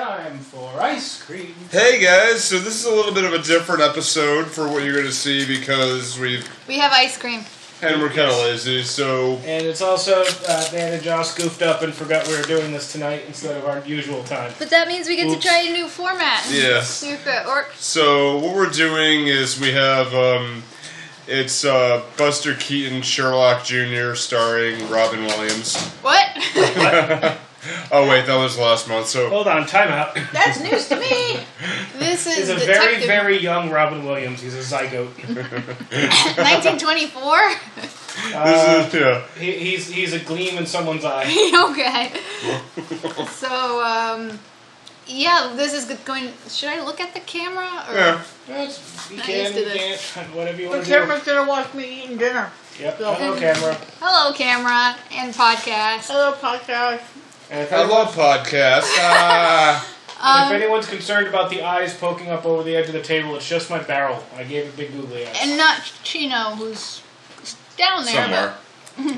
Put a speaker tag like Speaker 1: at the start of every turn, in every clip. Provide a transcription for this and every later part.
Speaker 1: Time for ice cream.
Speaker 2: Hey guys, so this is a little bit of a different episode for what you're going to see because we've
Speaker 3: We have ice cream.
Speaker 2: and we're kind of lazy. So
Speaker 1: And it's also uh, Dan and Josh goofed up and forgot we were doing this tonight instead of our usual time.
Speaker 3: But that means we get
Speaker 1: Oops.
Speaker 3: to try a new format.
Speaker 2: Yes.
Speaker 3: Super. Or
Speaker 2: so what we're doing is we have um, it's uh, Buster Keaton Sherlock Jr. starring Robin Williams.
Speaker 3: what?
Speaker 2: Oh wait, that was last month. So
Speaker 1: Hold on, time out.
Speaker 3: That's news to me. This is
Speaker 1: He's a
Speaker 3: the
Speaker 1: very,
Speaker 3: detective-
Speaker 1: very young Robin Williams. He's a zygote.
Speaker 3: 1924.
Speaker 2: this is yeah.
Speaker 1: He, he's he's a gleam in someone's eye.
Speaker 3: okay. so um, yeah, this is good going. Should I look at the camera? Or?
Speaker 2: yeah.
Speaker 1: That's, you
Speaker 3: Not
Speaker 1: can,
Speaker 3: used to
Speaker 1: you can't,
Speaker 3: this.
Speaker 1: whatever you
Speaker 4: The
Speaker 1: want to do.
Speaker 4: camera's gonna watch me eating dinner.
Speaker 1: Yep, hello camera.
Speaker 3: Hello, camera and podcast.
Speaker 2: Oh.
Speaker 4: Hello, podcast.
Speaker 1: And if,
Speaker 2: I
Speaker 1: anyone-
Speaker 2: love podcasts. Ah.
Speaker 3: Um,
Speaker 1: if anyone's concerned about the eyes poking up over the edge of the table, it's just my barrel. I gave it big googly eyes.
Speaker 3: And not Chino, who's down there.
Speaker 2: Somewhere.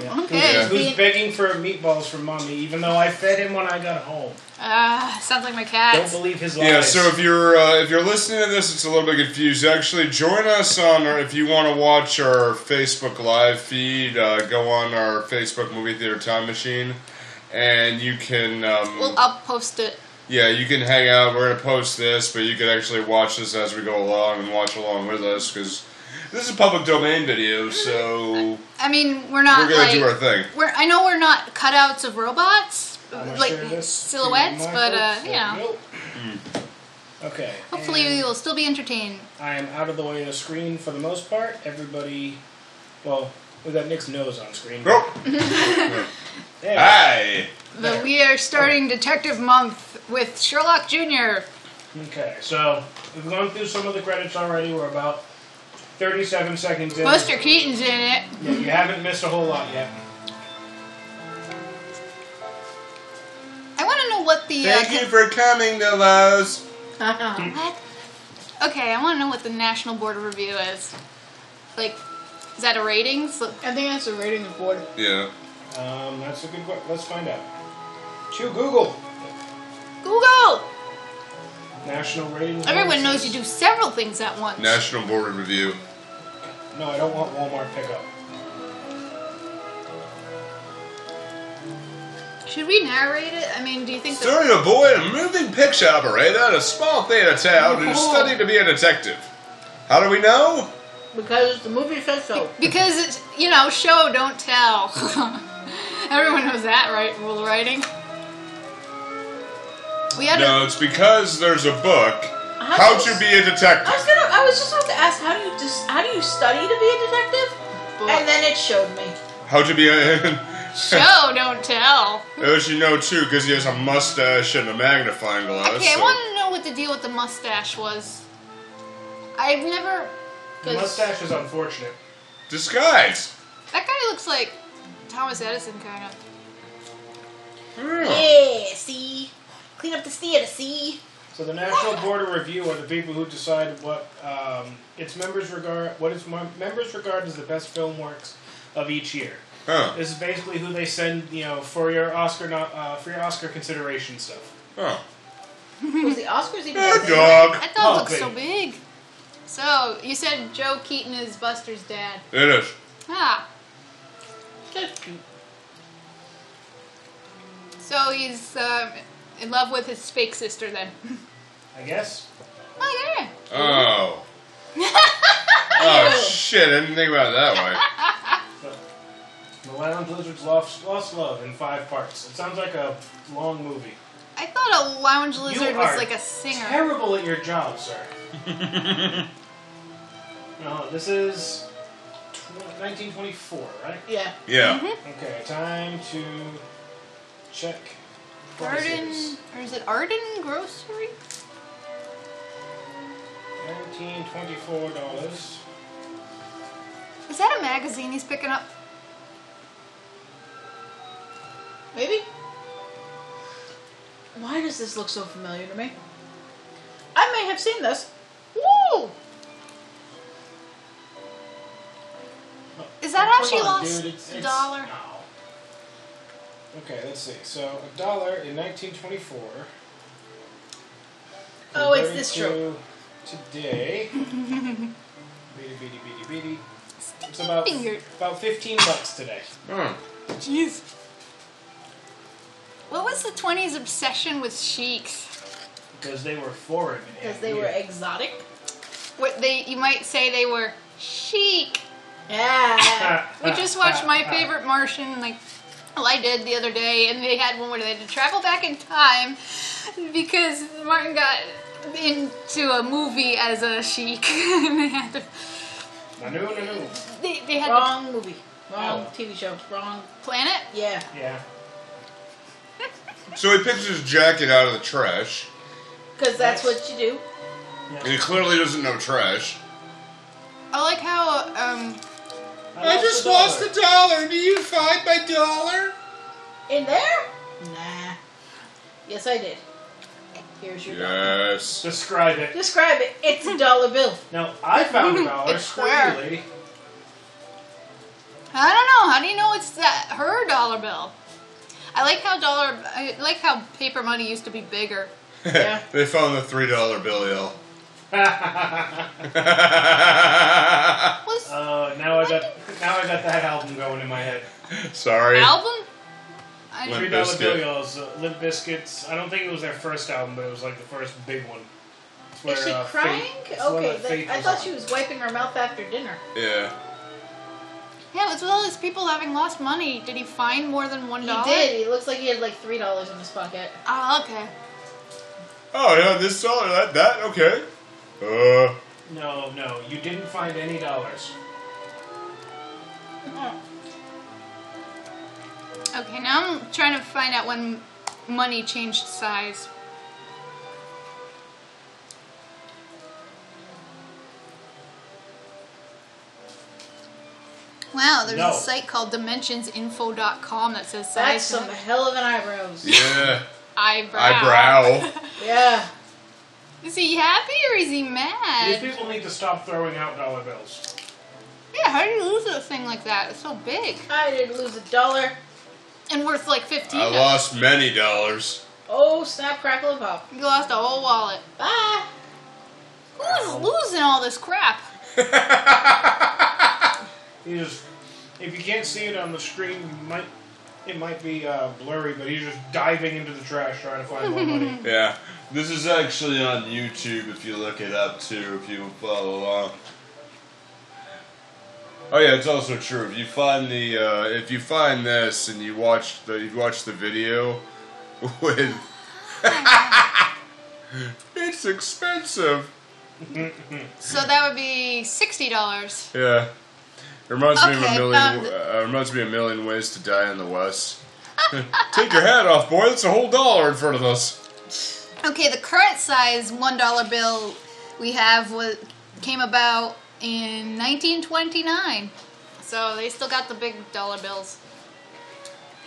Speaker 1: Yeah.
Speaker 3: Okay,
Speaker 2: Yeah.
Speaker 1: Who's
Speaker 3: being-
Speaker 1: begging for meatballs from mommy, even though I fed him when I got home?
Speaker 3: But, uh, sounds like my
Speaker 1: Don't
Speaker 3: cat.
Speaker 1: believe his lies.
Speaker 2: Yeah, so if you're uh, if you're listening to this, it's a little bit confused. Actually, join us on our, if you want to watch our Facebook live feed. Uh, go on our Facebook Movie Theater Time Machine, and you can um,
Speaker 3: Well, I'll post it.
Speaker 2: yeah you can hang out. We're gonna post this, but you can actually watch this as we go along and watch along with us because this is public domain video, so
Speaker 3: I mean, we're not
Speaker 2: we're gonna
Speaker 3: like
Speaker 2: do our thing.
Speaker 3: We're, I know we're not cutouts of robots,
Speaker 1: I'm gonna
Speaker 3: like
Speaker 1: Uh, share this
Speaker 3: silhouettes,
Speaker 1: to my
Speaker 3: but uh,
Speaker 1: folks.
Speaker 3: you know.
Speaker 1: Okay.
Speaker 3: Hopefully,
Speaker 1: and
Speaker 3: we will still be entertained.
Speaker 1: I am out of the way of the screen for the most part. Everybody, well, we got Nick's nose on screen.
Speaker 2: Oh,
Speaker 1: There.
Speaker 2: hi.
Speaker 1: There.
Speaker 3: But we are starting Detective Month with Sherlock Jr.
Speaker 1: Okay, so we've gone through some of the credits already. We're about 37 seconds in.
Speaker 3: Buster Keaton's in it.
Speaker 1: Yeah, you haven't missed a whole lot yet.
Speaker 3: I want to know what the. uh,
Speaker 2: Thank you for coming, Delos.
Speaker 3: you. Okay, I want to know what the National Board of Review is. Like, is that a ratings? Look-
Speaker 4: I think that's the rating board.
Speaker 2: Yeah.
Speaker 1: Um, that's a good question. Let's find out. Chew Google.
Speaker 3: Google.
Speaker 1: National rating.
Speaker 3: Everyone knows you do several things at once.
Speaker 2: National Board Review.
Speaker 1: No, I don't want Walmart pickup.
Speaker 3: Should we narrate it? I mean, do you think? The,
Speaker 2: Starting a boy, a moving picture operator in a small theater town who
Speaker 3: Oh.
Speaker 2: studied to be a detective. How do we know?
Speaker 4: Because the movie says so.
Speaker 3: because it's you know, show don't tell. Everyone knows that, right? Rule of writing. We had
Speaker 2: No, it's because there's a book, How
Speaker 4: do you-
Speaker 2: to Be a
Speaker 4: I was
Speaker 2: Detective.
Speaker 4: gonna. I was just about to ask how do you just how do you study to be a
Speaker 3: a
Speaker 4: detective? And
Speaker 3: book.
Speaker 4: then it showed me.
Speaker 2: How to be a.
Speaker 3: show don't tell.
Speaker 2: As you know, too, because he has a mustache and a magnifying glass.
Speaker 3: Okay, I
Speaker 2: so-
Speaker 3: want to know what the deal with the mustache was. I've never.
Speaker 1: The
Speaker 3: 'cause
Speaker 1: mustache is unfortunate.
Speaker 2: Disguise.
Speaker 3: That guy looks like Thomas Edison, kind of.
Speaker 2: Yeah.
Speaker 4: Yeah. See. Clean up the theater. See.
Speaker 1: So the National Board of Review are the people who decide what um, its members regard what its mem- members regard as the best film works of each year.
Speaker 2: Huh.
Speaker 1: This is basically who they send, you know, for your Oscar not, uh, for your Oscar consideration stuff.
Speaker 2: Huh.
Speaker 4: Was the Oscars even?
Speaker 2: Hey,
Speaker 4: that big?
Speaker 2: dog.
Speaker 3: That dog
Speaker 1: Oh,
Speaker 3: looks so
Speaker 1: baby.
Speaker 3: big. So you said Joe Keaton is Buster's dad.
Speaker 2: It is.
Speaker 3: Ah,
Speaker 4: That's cute.
Speaker 3: so he's um, in love with his fake sister then.
Speaker 1: I guess.
Speaker 3: Oh yeah.
Speaker 2: Oh. oh, shit. I didn't think about it that way.
Speaker 1: The Lounge Lizards Lost, Lost Love in five parts. It sounds like a long movie.
Speaker 3: I thought a lounge lizard
Speaker 1: are
Speaker 3: was like a singer.
Speaker 1: Terrible at your job, sir. no, this is tw- 1924, right?
Speaker 4: Yeah.
Speaker 2: Yeah.
Speaker 1: Okay, time to check.
Speaker 3: Arden,
Speaker 1: prices.
Speaker 3: or is it Arden Grocery?
Speaker 1: Nineteen twenty-four dollars.
Speaker 3: Is that a magazine he's picking up?
Speaker 4: Maybe. Why does this look so familiar to me? I may have seen this. Woo!
Speaker 3: Is that how she
Speaker 1: Come Oh, on,
Speaker 3: lost
Speaker 1: dude, it's-
Speaker 3: a
Speaker 1: it's-
Speaker 3: dollar?
Speaker 1: no. Okay, let's see. So a dollar in nineteen twenty-four.
Speaker 3: Oh,
Speaker 4: is true.
Speaker 1: to today. beady, beady, beady, beady. It's about
Speaker 3: finger.
Speaker 1: about fifteen bucks today.
Speaker 2: Hmm.
Speaker 3: Jeez. What was the 20s obsession with sheiks?
Speaker 1: Because they were foreign.
Speaker 4: Because
Speaker 1: and
Speaker 4: they were
Speaker 1: weird.
Speaker 4: exotic.
Speaker 3: What they you might say they were chic.
Speaker 4: Yeah.
Speaker 1: Ah,
Speaker 3: We just watched my favorite Martian, like well, I did the other day, and they had one where they had to travel back in time because Martin got into a movie as a chic, and they had to
Speaker 1: Nanu, nanu.
Speaker 3: they, they had to
Speaker 4: Wrong movie. Wrong
Speaker 1: Oh.
Speaker 4: TV show. Wrong.
Speaker 3: plan it.
Speaker 4: Yeah.
Speaker 1: Yeah.
Speaker 2: So he picks his jacket out of the trash.
Speaker 4: Because that's what you do.
Speaker 2: And he clearly doesn't know trash.
Speaker 3: I like how um,
Speaker 1: it.
Speaker 2: a dollar. Do you find my dollar?
Speaker 4: In there? Nah. Yes, I did. Here's your dollar.
Speaker 2: Yes.
Speaker 1: Describe it.
Speaker 4: Describe it. It's a dollar bill.
Speaker 1: Now I found a dollar.
Speaker 3: It's
Speaker 1: Screw you,
Speaker 3: square.
Speaker 1: lady.
Speaker 3: I don't know. How do you know it's that her dollar bill? I like how dollar. I like how paper money used to be bigger.
Speaker 4: Yeah.
Speaker 2: they found the three dollar bill, y'all.
Speaker 3: Was
Speaker 1: Uh, now I got now I got that album going in my head.
Speaker 2: Sorry.
Speaker 3: album? I
Speaker 2: Limp
Speaker 1: Three Dollar
Speaker 2: Bizkit.
Speaker 1: Bill Y'all's uh, Limp Biscuits. I don't think it was their first album, but it was like the first big one. It's
Speaker 4: Is she
Speaker 1: uh, Faith-
Speaker 4: crying?
Speaker 1: it's the one
Speaker 4: okay,
Speaker 1: that
Speaker 4: that-
Speaker 1: Faith
Speaker 4: I
Speaker 1: was
Speaker 4: thought
Speaker 1: on.
Speaker 4: she was wiping her mouth after dinner.
Speaker 2: Yeah.
Speaker 3: yeah, it was with all these people having lost money. Did he find more than one
Speaker 4: He
Speaker 3: dollar?
Speaker 4: did. He looks like he had like three dollars in his pocket.
Speaker 3: Oh, okay.
Speaker 2: Oh yeah, this dollar, that, that, okay. Uh,
Speaker 1: No, no, you didn't find any dollars.
Speaker 3: Okay, now I'm trying to find out when money changed size. Wow, there's
Speaker 1: No.
Speaker 3: a site called dimensionsinfo.com that says
Speaker 4: That's
Speaker 3: size.
Speaker 4: some hell of an eyebrows.
Speaker 2: yeah.
Speaker 3: eyebrow.
Speaker 2: Eyebrow.
Speaker 4: Yeah.
Speaker 3: Is he happy or is he
Speaker 1: These
Speaker 3: mad?
Speaker 1: people need to stop throwing out dollar bills.
Speaker 3: Yeah, how do you lose a thing like that? It's so big
Speaker 4: I did lose a dollar.
Speaker 3: and worth like fifteen.
Speaker 2: I
Speaker 3: of-
Speaker 2: lost many dollars.
Speaker 4: Oh, snap, crackle, and pop.
Speaker 3: You lost a whole wallet.
Speaker 4: Bye.
Speaker 3: Who's losing all this crap?
Speaker 1: He just, if you can't see it on the screen, you might it might be uh, blurry, but he's just diving into the trash trying to find more money.
Speaker 2: Yeah. This is actually on YouTube if you look it up too, if you follow along. Oh yeah, it's also true. If you find the uh, if you find this and you watch the you watch the video with It's expensive.
Speaker 3: So that would be sixty dollars.
Speaker 2: Yeah. It reminds me of
Speaker 3: Okay,
Speaker 2: a million
Speaker 3: found
Speaker 2: uh, reminds me of a million ways to die in the West. Take your hat off, boy, that's a whole dollar in front of us.
Speaker 3: Okay, the current size one dollar bill we have was came about in 1929. So they still got the big dollar bills.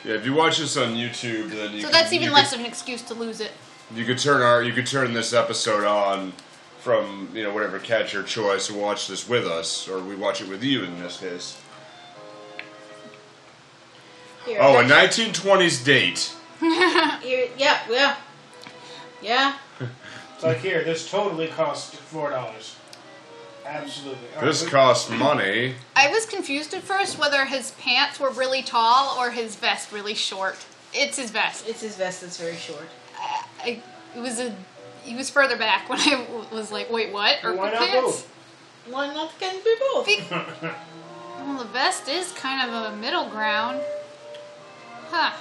Speaker 2: Yeah, if you watch this on YouTube then you
Speaker 3: So
Speaker 2: can-
Speaker 3: that's
Speaker 2: you
Speaker 3: even
Speaker 2: can-
Speaker 3: less of an excuse to lose it.
Speaker 2: You could turn our you could turn this episode on from you know whatever catch your choice and watch this with us, or we watch it with you in this case.
Speaker 4: Here,
Speaker 2: Oh, a
Speaker 4: that's-
Speaker 2: 1920s date.
Speaker 4: Here, yeah, yeah. Yeah.
Speaker 1: It's like here, this totally cost four dollars. Absolutely. All right,
Speaker 2: This
Speaker 1: we-
Speaker 2: costs money.
Speaker 3: I was confused at first whether his pants were really tall or his vest really short. It's his vest.
Speaker 4: It's his vest that's very short.
Speaker 3: I, I, it was a. He was further back when I w- was like, wait, what? Or
Speaker 1: Why not
Speaker 3: pants?
Speaker 4: Why not can be both?
Speaker 3: Be- well, the vest is kind of a middle ground. Huh.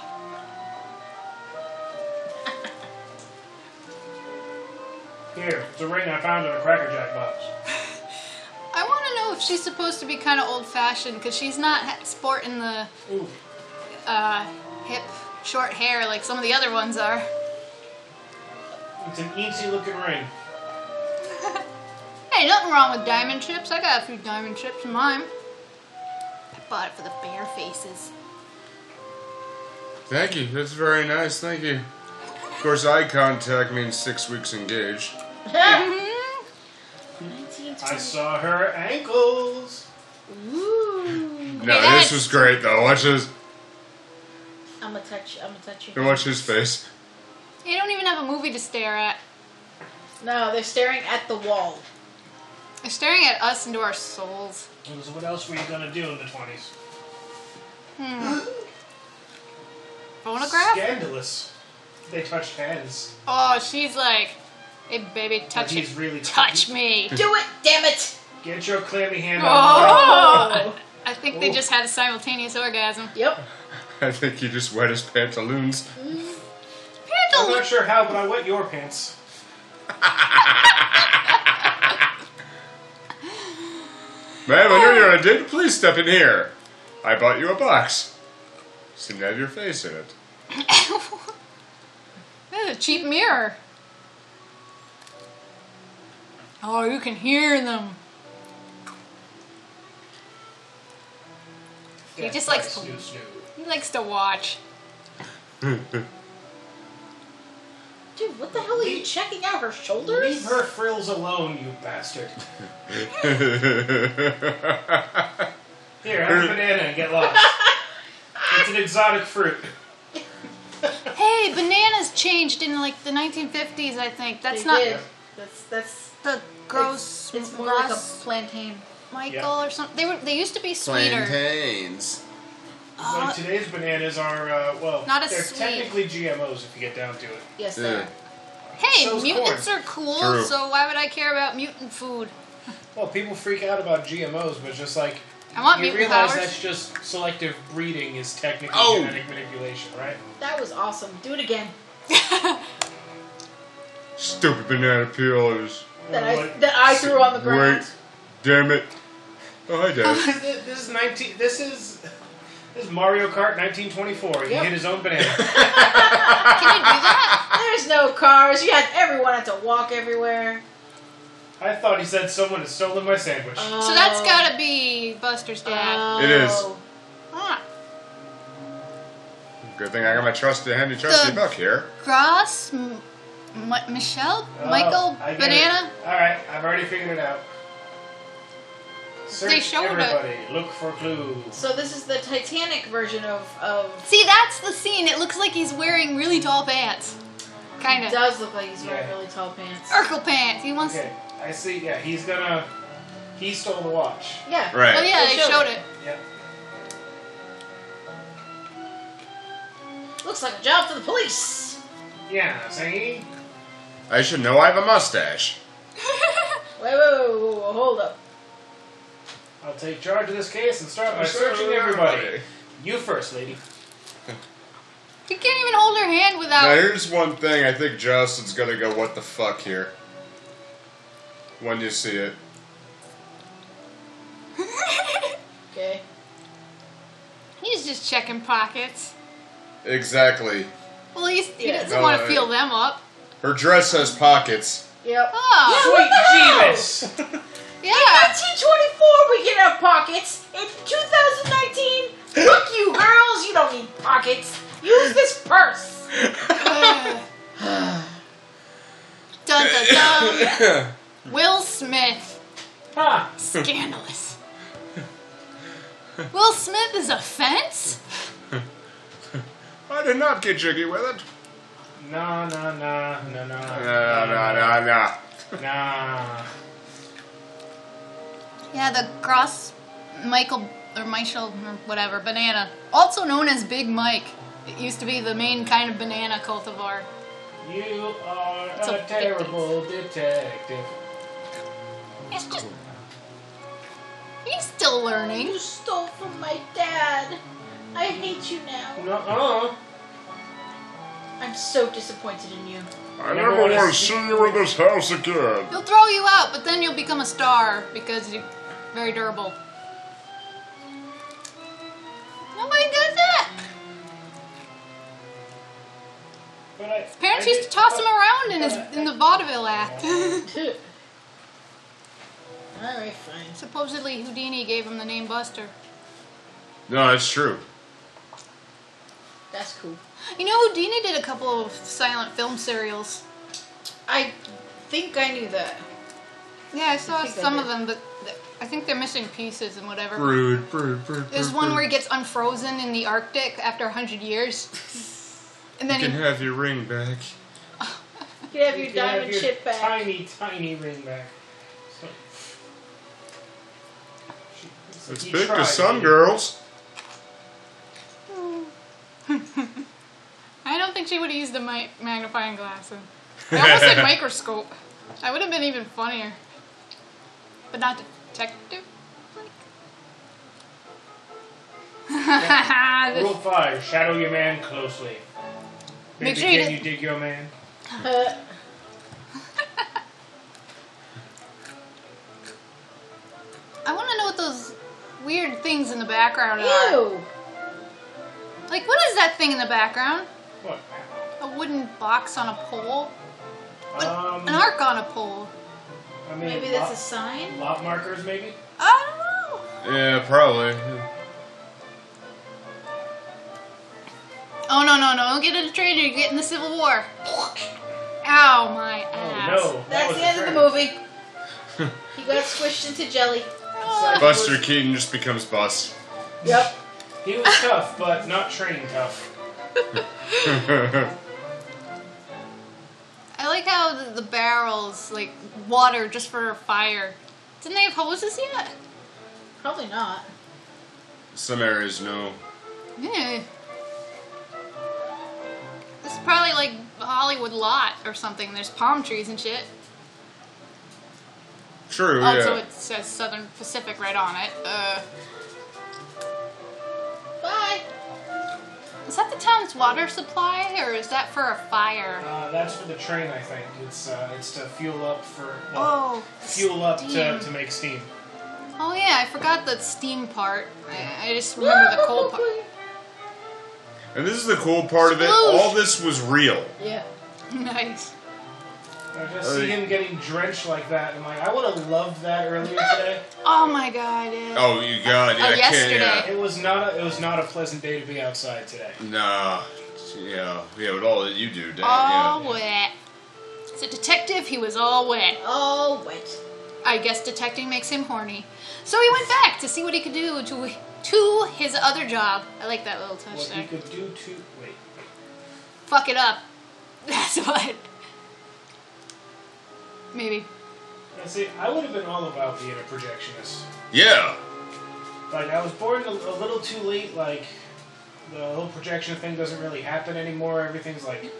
Speaker 1: Here, it's a ring I found in a Cracker Jack box.
Speaker 3: I want to know if she's supposed to be kind of old fashioned because she's not ha- sporting the
Speaker 1: Ooh,
Speaker 3: uh, hip short hair like some of the other ones are.
Speaker 1: it's an easy looking ring.
Speaker 3: Hey, nothing wrong with diamond chips. I got a few diamond chips in mine. I bought it for the bare faces.
Speaker 2: Thank you. That's very nice. Thank you. Of course, eye contact means six weeks engaged.
Speaker 3: Mhm.
Speaker 1: I saw her ankles.
Speaker 4: Ooh.
Speaker 2: No,
Speaker 3: Hey,
Speaker 2: this
Speaker 3: that's-
Speaker 2: was great though. Watch this.
Speaker 4: I'm gonna touch. I'm gonna touch you.
Speaker 2: Watch his face.
Speaker 3: They don't even have a movie to stare at.
Speaker 4: No, they're staring at the wall.
Speaker 3: They're staring at us into our souls.
Speaker 1: So what else were you gonna do in the twenties?
Speaker 3: Phonograph?
Speaker 1: Scandalous. They touched hands.
Speaker 3: Oh, she's like, hey, baby, touch
Speaker 1: he's
Speaker 3: it.
Speaker 1: really
Speaker 3: touch me.
Speaker 4: Do it, damn it!
Speaker 1: Get your clammy hand out.
Speaker 3: Oh! I think they
Speaker 1: Oh.
Speaker 3: just had a simultaneous orgasm.
Speaker 4: Yep.
Speaker 2: I think he just wet his pantaloons.
Speaker 1: I'm
Speaker 3: Pantaloons.
Speaker 1: not sure how, but I wet your pants.
Speaker 2: Ma'am, I know you're a dick. Please step in here. I bought you a box. Seemed to have your face in it.
Speaker 3: That's a cheap mirror. Oh, you can hear them. He just likes to-
Speaker 1: snoo, snoo.
Speaker 3: He likes to watch.
Speaker 4: Dude, what the hell are you checking out? Her shoulders?
Speaker 1: Leave her frills alone, you bastard. Here, have a banana and get lost. it's an exotic fruit.
Speaker 3: Hey, bananas changed in like the 1950s, I think. That's
Speaker 4: They
Speaker 3: not
Speaker 4: did. That's that's
Speaker 3: the gross
Speaker 4: It's, it's more like a
Speaker 3: Ross
Speaker 4: plantain.
Speaker 3: Michael
Speaker 1: Yeah.
Speaker 3: or something. They were they used to be sweeter.
Speaker 5: Plantains.
Speaker 1: like today's bananas are, uh, well,
Speaker 3: Uh, Not as
Speaker 1: they're
Speaker 3: sweet.
Speaker 1: technically GMOs if you get down to it.
Speaker 4: Yes, they
Speaker 5: Yeah.
Speaker 4: are.
Speaker 3: Hey,
Speaker 1: So's
Speaker 3: mutants are cool,
Speaker 2: True.
Speaker 3: so why would I care about mutant food?
Speaker 1: Well, people freak out about GMOs, but it's just like
Speaker 3: I want
Speaker 1: you
Speaker 3: mutant
Speaker 1: realize
Speaker 3: powers.
Speaker 1: that's just selective breeding is technically
Speaker 5: Oh.
Speaker 1: genetic manipulation, right?
Speaker 4: That was awesome. Do it again.
Speaker 2: Stupid banana peelers.
Speaker 4: That
Speaker 1: Well,
Speaker 4: I
Speaker 1: what-
Speaker 4: that I threw on the ground.
Speaker 2: Wait. Damn it. Oh, hi, Dad.
Speaker 1: This this is nineteen. This is this is Mario Kart 1924. He
Speaker 4: Yep.
Speaker 1: hit his own banana.
Speaker 3: Can you do that?
Speaker 4: There's no cars. You had everyone had to walk everywhere.
Speaker 1: I thought he said someone has stolen my sandwich.
Speaker 4: Uh,
Speaker 3: So that's gotta be Buster's dad.
Speaker 4: Oh.
Speaker 2: It is.
Speaker 3: Ah,
Speaker 2: Good thing I got my trusty, handy, trusty
Speaker 3: The-
Speaker 2: buck here.
Speaker 3: Gross, M- M- Michelle,
Speaker 4: uh,
Speaker 1: Oh,
Speaker 3: Michael,
Speaker 1: I get
Speaker 3: banana.
Speaker 1: it. All right, I've already figured it out. Search
Speaker 3: They showed it.
Speaker 1: everybody. Look for clues.
Speaker 4: So this is the Titanic version of of.
Speaker 3: See, that's the scene. It looks like he's wearing really tall pants, kind
Speaker 4: It
Speaker 3: of
Speaker 4: does look like he's wearing
Speaker 1: Yeah.
Speaker 4: really tall pants.
Speaker 3: Urkel pants. He wants.
Speaker 1: Okay, I see. Yeah, he's gonna. He stole the watch.
Speaker 4: Yeah.
Speaker 2: Right.
Speaker 3: Oh yeah,
Speaker 4: They
Speaker 3: they
Speaker 4: showed
Speaker 3: showed
Speaker 4: it.
Speaker 3: it.
Speaker 1: Yep.
Speaker 4: Looks like a job for the police.
Speaker 1: Yeah. See.
Speaker 2: I should know I have a mustache.
Speaker 4: Wait, whoa, whoa, whoa, hold up.
Speaker 1: I'll take charge of this case and start by searching everybody. You first, lady.
Speaker 3: You can't even hold her hand
Speaker 2: Now,
Speaker 3: without.
Speaker 2: here's one thing I think Justin's gonna go, what the fuck here? When you see it.
Speaker 4: Okay.
Speaker 3: he's just checking pockets.
Speaker 2: Exactly.
Speaker 3: Well, he's, he
Speaker 4: Yeah.
Speaker 3: doesn't want
Speaker 2: No,
Speaker 3: to
Speaker 2: I-
Speaker 3: feel them up.
Speaker 2: Her dress has pockets.
Speaker 4: Yep.
Speaker 3: Oh,
Speaker 1: Sweet
Speaker 4: the hell?
Speaker 1: Jeebus!
Speaker 3: yeah.
Speaker 4: 1924, we can have pockets. In 2019, fuck you, girls. You don't need pockets. Use this purse.
Speaker 3: Dun dun dun. Will Smith.
Speaker 1: Ha!
Speaker 3: Scandalous. Will Smith is a fence?
Speaker 2: I did not get jiggy with it.
Speaker 1: Nah, nah, nah, nah, nah.
Speaker 2: Nah, nah, nah, nah.
Speaker 1: Nah.
Speaker 3: Yeah, the Gross Michael or Michael or whatever banana, also known as Big Mike. It used to be the main kind of banana cultivar.
Speaker 1: You are
Speaker 3: It's
Speaker 1: a
Speaker 3: a
Speaker 1: terrible detective.
Speaker 3: It's just he's still learning.
Speaker 4: You stole from my dad. I hate you now.
Speaker 1: Nuh-uh.
Speaker 4: I'm so disappointed in you.
Speaker 2: I
Speaker 1: never
Speaker 2: never
Speaker 1: wanna
Speaker 2: want to
Speaker 1: see-
Speaker 2: see you in this house again.
Speaker 3: He'll throw you out, but then you'll become a star because you're very durable. Nobody does that.
Speaker 1: But I,
Speaker 3: Parents
Speaker 1: I
Speaker 3: used to
Speaker 1: did-
Speaker 3: toss him around in his in the vaudeville act.
Speaker 4: All right, fine.
Speaker 3: Supposedly Houdini gave him the name Buster.
Speaker 2: No, that's true.
Speaker 4: That's cool.
Speaker 3: You know, Houdini did a couple of silent film serials.
Speaker 4: I think I knew that.
Speaker 3: Yeah, I saw
Speaker 4: think I
Speaker 3: some
Speaker 4: did.
Speaker 3: of them, but th- I think they're missing pieces and whatever.
Speaker 2: Brood, brood, brood.
Speaker 3: There's
Speaker 2: brood,
Speaker 3: one
Speaker 2: brood.
Speaker 3: where he gets unfrozen in the Arctic after 100 years. and then
Speaker 2: You
Speaker 3: he,
Speaker 2: can have your ring back.
Speaker 4: You can have
Speaker 1: You can
Speaker 4: your
Speaker 1: have
Speaker 4: diamond
Speaker 1: your
Speaker 4: chip back.
Speaker 1: Tiny, tiny ring back. So,
Speaker 2: It's
Speaker 1: You
Speaker 2: big
Speaker 1: tried,
Speaker 2: to some
Speaker 1: dude.
Speaker 2: girls.
Speaker 3: I don't think she would have used the mi- magnifying glass. I almost said microscope. That would have been even funnier. But not detective. like?
Speaker 1: Rule five: shadow your man closely.
Speaker 3: Make
Speaker 1: Baby,
Speaker 3: sure you
Speaker 1: can
Speaker 3: didn't-
Speaker 1: you dig your man?
Speaker 4: Uh,
Speaker 3: I want to know what those weird things in the background are.
Speaker 4: ew.
Speaker 3: Like, what is that thing in the background?
Speaker 1: What?
Speaker 3: A wooden box on a pole? What- Uh-huh.
Speaker 1: Um,
Speaker 3: an arc on a pole?
Speaker 1: I mean,
Speaker 4: Maybe
Speaker 1: lot,
Speaker 4: that's a sign.
Speaker 1: lot markers, maybe.
Speaker 3: I don't know.
Speaker 2: Yeah, probably.
Speaker 3: Oh no no no! Don't get a traitor. You get in the Civil War. Ow my
Speaker 1: Oh
Speaker 3: ass!
Speaker 1: no! that
Speaker 4: That's
Speaker 1: was
Speaker 4: the end of the
Speaker 1: turn.
Speaker 4: movie. he got squished into jelly.
Speaker 3: Ah.
Speaker 2: Buster Keaton just becomes Bust.
Speaker 4: Yep.
Speaker 1: He was tough, but not trained tough.
Speaker 3: I like how the, the barrels like water just for fire. Didn't they have hoses yet?
Speaker 4: Probably not.
Speaker 2: some areas, no.
Speaker 3: Yeah. This is probably like a Hollywood lot or something. There's palm trees and shit.
Speaker 2: True,
Speaker 1: Oh,
Speaker 2: yeah.
Speaker 3: Also, Oh, it says Southern Pacific right on it. Uh,
Speaker 4: Bye.
Speaker 3: is that the town's water supply or is that for a fire?
Speaker 1: Uh, that's for the train, I think. It's uh, it's to fuel up for well,
Speaker 3: Oh,
Speaker 1: fuel up to,
Speaker 3: steam.
Speaker 1: to make steam.
Speaker 3: Oh yeah, I forgot the steam part. I, I just remember the coal part.
Speaker 2: And this is the cool part of it.
Speaker 3: Sploosh.
Speaker 2: All this was real.
Speaker 4: Yeah.
Speaker 3: Nice.
Speaker 1: I just see
Speaker 2: Like-
Speaker 1: him getting drenched like that, and I'm like, I would have loved that earlier today.
Speaker 3: Oh my god. Yeah.
Speaker 2: Oh, you god, yeah,
Speaker 3: Oh,
Speaker 2: I can't,
Speaker 3: yesterday.
Speaker 1: It was not a, it was not a pleasant day to be outside today.
Speaker 2: yeah. Nah, yeah, yeah. With all that you do, damn,
Speaker 3: all
Speaker 2: yeah.
Speaker 3: wet. It's a detective. He was all wet.
Speaker 4: All wet.
Speaker 3: I guess detecting makes him horny. So he went back to see what he could do to to his other job. I like that little touch
Speaker 1: What
Speaker 3: there.
Speaker 1: he could do to wait.
Speaker 3: Fuck it up. That's what. Maybe.
Speaker 1: I see. I would have been all about being a projectionist.
Speaker 2: Yeah,
Speaker 1: Like I was born a, a little too late. Like the whole projection thing doesn't really happen anymore. Everything's like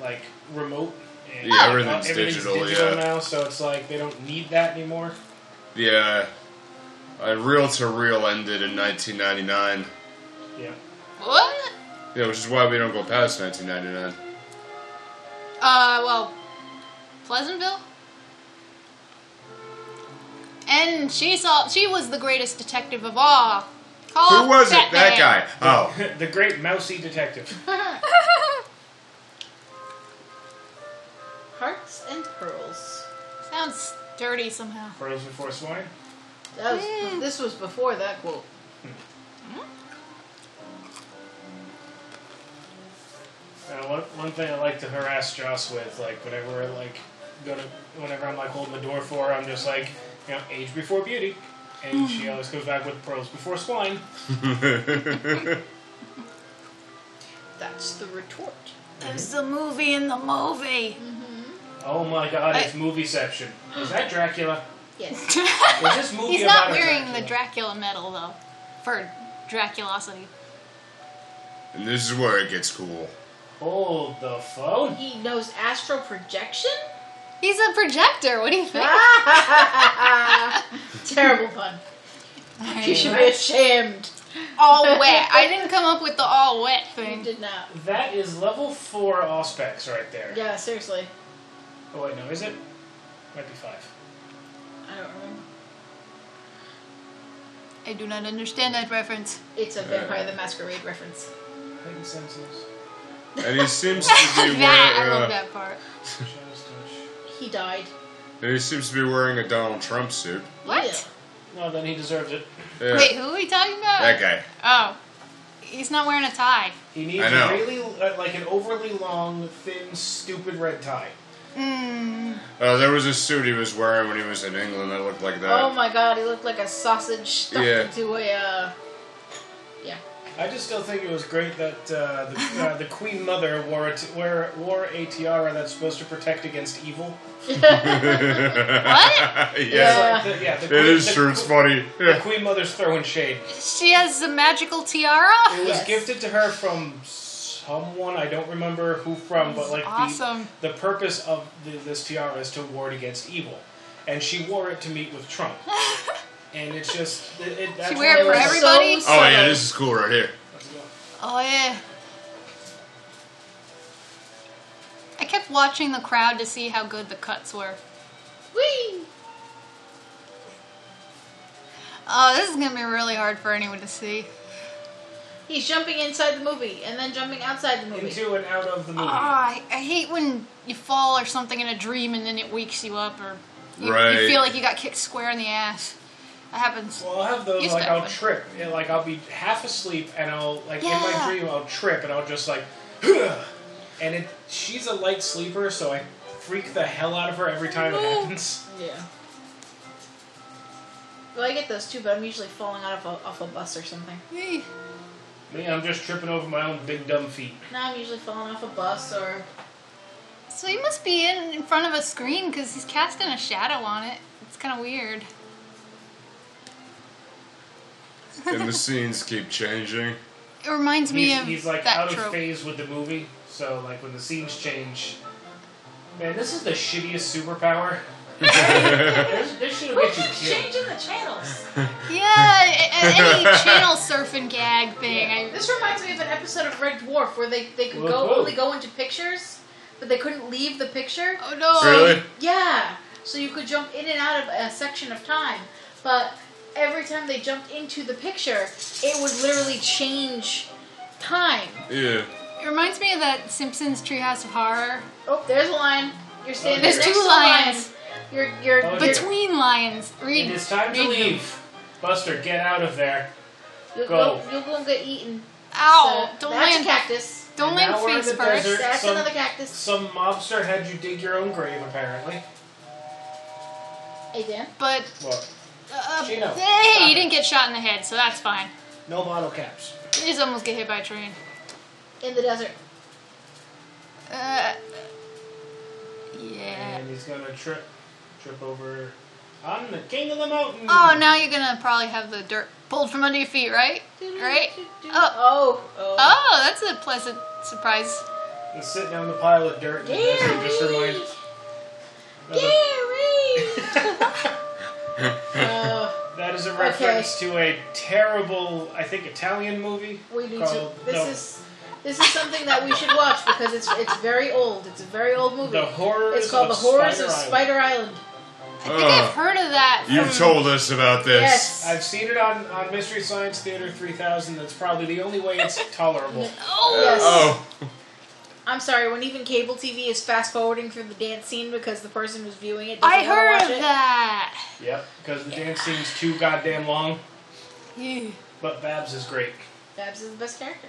Speaker 1: like remote. And
Speaker 2: Yeah, everything's digital, yeah.
Speaker 1: now, so it's like they don't need that anymore.
Speaker 2: yeah. I reel to reel ended in 1999.
Speaker 1: Yeah.
Speaker 3: What?
Speaker 2: Yeah, which is why we don't go past 1999.
Speaker 3: Uh, well, Pleasantville. And she saw she was the greatest detective of all. Call
Speaker 2: Who was it? That
Speaker 3: Oh, Batman.
Speaker 2: guy. Oh,
Speaker 1: the great mousy detective.
Speaker 4: Hearts and pearls.
Speaker 3: Sounds dirty somehow.
Speaker 1: Pearls before swine.
Speaker 4: That was,
Speaker 3: Mm.
Speaker 4: This was before that quote.
Speaker 1: Now, one, one thing I like to harass Joss with, like whenever I like go to, whenever I'm like holding the door for, her, I'm just like, you know, age before beauty, and she always comes back with pearls before swine.
Speaker 2: Oh.
Speaker 4: That's the retort.
Speaker 3: There's the movie in the movie.
Speaker 1: Oh my God,
Speaker 3: I-
Speaker 1: it's movieception. Is that Dracula?
Speaker 4: Yes.
Speaker 1: Is this movie
Speaker 3: He's not
Speaker 1: about a
Speaker 3: wearing
Speaker 1: Dracula?
Speaker 3: the Dracula medal though, for Draculosity.
Speaker 2: and this is where it gets cool.
Speaker 1: Hold the phone.
Speaker 4: He knows astral projection?
Speaker 3: He's a projector. What do you think?
Speaker 4: Terrible pun. You should be ashamed.
Speaker 3: all wet. I didn't come up with the all wet
Speaker 4: You
Speaker 3: thing.
Speaker 4: did not.
Speaker 1: That is level four auspex right there.
Speaker 4: Yeah, seriously.
Speaker 1: Oh wait, no, is it? Might be five.
Speaker 4: I don't remember.
Speaker 3: I do not understand that reference.
Speaker 4: It's a Vampire the Masquerade reference.
Speaker 1: Heightened senses.
Speaker 2: And he seems to be
Speaker 3: that I
Speaker 2: wearing.
Speaker 3: love
Speaker 2: Uh,
Speaker 3: that part.
Speaker 1: Shadows touch.
Speaker 4: He died.
Speaker 2: and he seems to be wearing a Donald Trump suit.
Speaker 3: What?
Speaker 4: Yeah.
Speaker 1: No, then he deserves it.
Speaker 2: Yeah,
Speaker 3: Wait, who are we talking about?
Speaker 2: that guy.
Speaker 3: Oh, he's not wearing a tie.
Speaker 1: He needs
Speaker 2: I know.
Speaker 1: a really uh, like an overly long, thin, stupid red tie.
Speaker 3: Mm.
Speaker 2: Uh, there was a suit he was wearing when he was in England that looked like that.
Speaker 4: Oh my god, he looked like a sausage stuffed
Speaker 2: Yeah.
Speaker 4: into a, uh. Yeah.
Speaker 1: I just still think it was great that uh, the, uh, the Queen Mother wore a, t- wore, wore a tiara that's supposed to protect against evil.
Speaker 2: what? yeah.
Speaker 1: Like the, yeah, the
Speaker 2: It is
Speaker 1: the
Speaker 2: true. It's
Speaker 1: que-
Speaker 2: funny.
Speaker 1: The Queen Mother's throwing shade.
Speaker 3: She has the magical tiara.
Speaker 1: It was
Speaker 4: Yes.
Speaker 1: gifted to her from someone I don't remember who from, but like
Speaker 3: awesome.
Speaker 1: the the purpose of the, this tiara is to ward against evil, and she wore it to meet with Trump. and it's just it, it, that's
Speaker 3: She wear it
Speaker 1: why
Speaker 3: for
Speaker 1: was-
Speaker 3: everybody.
Speaker 4: So
Speaker 2: Oh yeah, this is cool right here.
Speaker 3: Oh yeah. I kept watching the crowd to see how good the cuts were.
Speaker 4: Whee!
Speaker 3: Oh, this is gonna be really hard for anyone to see.
Speaker 4: He's jumping inside the movie and then jumping outside the movie.
Speaker 1: into and out of the movie.
Speaker 3: Ah, I, I hate when you fall or something in a dream and then it wakes you up or you, you
Speaker 2: Right.
Speaker 3: feel like you got kicked square in the ass. That happens.
Speaker 1: Well, I'll have those
Speaker 3: You
Speaker 1: like
Speaker 3: start
Speaker 1: I'll
Speaker 3: one.
Speaker 1: trip, and, like I'll be half asleep, and I'll like in my
Speaker 3: Yeah.
Speaker 1: dream I'll trip, and I'll just like, and it. She's a light sleeper, so I freak the hell out of her every time it happens.
Speaker 4: Yeah. Well, I get those too, but I'm usually falling out of a, off a bus or something.
Speaker 3: Eh.
Speaker 1: Me, I'm just tripping over my own big dumb feet.
Speaker 4: Now I'm usually falling off a bus or.
Speaker 3: So he must be in, in front of a screen because he's casting a shadow on it. It's kind of weird.
Speaker 2: And the scenes keep changing.
Speaker 3: It reminds me
Speaker 1: He's,
Speaker 3: of
Speaker 1: he's like
Speaker 3: that
Speaker 1: out of
Speaker 3: trope.
Speaker 1: phase with the movie, so like when the scenes change. Man, this is the shittiest superpower. This- this should
Speaker 4: We're
Speaker 1: get you
Speaker 4: just
Speaker 1: killed.
Speaker 4: changing the channels.
Speaker 3: Yeah, a- a- any channel surfing gag thing. I,
Speaker 4: This reminds me of an episode of Red Dwarf where they, they could
Speaker 1: Whoa,
Speaker 4: go
Speaker 1: whoa.
Speaker 4: only go into pictures, but they couldn't leave the picture.
Speaker 3: oh no.
Speaker 2: Really?
Speaker 4: Yeah. So you could jump in and out of a section of time, but every time they jumped into the picture, it would literally change time.
Speaker 2: Yeah.
Speaker 3: It reminds me of that Simpsons Treehouse of Horror.
Speaker 4: Oh, there's a lion. You're standing
Speaker 1: There's
Speaker 4: next
Speaker 3: two
Speaker 4: to a
Speaker 3: lions.
Speaker 4: lion. You're you're,
Speaker 1: Oh,
Speaker 4: you're
Speaker 1: dear.
Speaker 3: Between lions. Read.
Speaker 1: It is time to
Speaker 3: read them.
Speaker 1: leave. Buster, get out of there.
Speaker 4: you'll
Speaker 1: Go.
Speaker 4: go you'll go and get eaten.
Speaker 3: Ow!
Speaker 4: So
Speaker 3: don't
Speaker 4: that's a
Speaker 3: land.
Speaker 4: cactus.
Speaker 3: Don't
Speaker 1: And
Speaker 3: land
Speaker 1: now we're in
Speaker 3: face
Speaker 1: the
Speaker 3: first.
Speaker 1: desert.
Speaker 4: That's
Speaker 1: Some-
Speaker 4: another cactus.
Speaker 1: Some mobster had you dig your own grave, apparently.
Speaker 4: Hey Dan.
Speaker 3: But
Speaker 1: What?
Speaker 3: uh,
Speaker 1: Gino,
Speaker 3: hey,
Speaker 1: stop
Speaker 3: you
Speaker 1: it.
Speaker 3: didn't get shot in the head, so that's fine.
Speaker 1: No bottle caps.
Speaker 3: You just almost get hit by a train.
Speaker 4: In the desert.
Speaker 3: Uh, yeah.
Speaker 1: And he's gonna trip, trip over. I'm the king of the mountain.
Speaker 3: Oh, now you're gonna probably have the dirt pulled from under your feet, right? Right? Oh,
Speaker 4: Oh. Oh.
Speaker 3: oh, that's a pleasant surprise.
Speaker 1: And sit down the pile of dirt. And the desert just reminds.
Speaker 4: Gary.
Speaker 1: that
Speaker 4: Gary.
Speaker 1: is-
Speaker 4: Uh,
Speaker 1: that is a reference to a terrible, I think, Italian movie.
Speaker 4: we need
Speaker 1: called
Speaker 4: to. This
Speaker 1: the,
Speaker 4: is this is something that we should watch because it's it's very old. It's a very old movie.
Speaker 1: the horrors.
Speaker 4: It's called
Speaker 1: of
Speaker 4: The Horrors
Speaker 1: Spider
Speaker 4: of
Speaker 1: Island.
Speaker 4: Spider Island.
Speaker 3: I think I've
Speaker 2: Ugh.
Speaker 3: heard of that.
Speaker 2: You've
Speaker 3: from-
Speaker 2: Oh, told us about this.
Speaker 4: Yes.
Speaker 1: I've seen it on, on Mystery Science Theater 3000. That's probably the only way it's tolerable.
Speaker 3: Oh,
Speaker 4: Yes.
Speaker 2: Oh.
Speaker 4: I'm sorry, when even cable TV is fast forwarding through the dance scene because the person who's viewing it doesn't
Speaker 3: I
Speaker 4: want to
Speaker 3: heard
Speaker 4: watch
Speaker 3: of
Speaker 4: it.
Speaker 3: that.
Speaker 1: yep, because the dance scene's too goddamn long.
Speaker 3: Yeah.
Speaker 1: But Babs is great.
Speaker 4: Babs is the best character.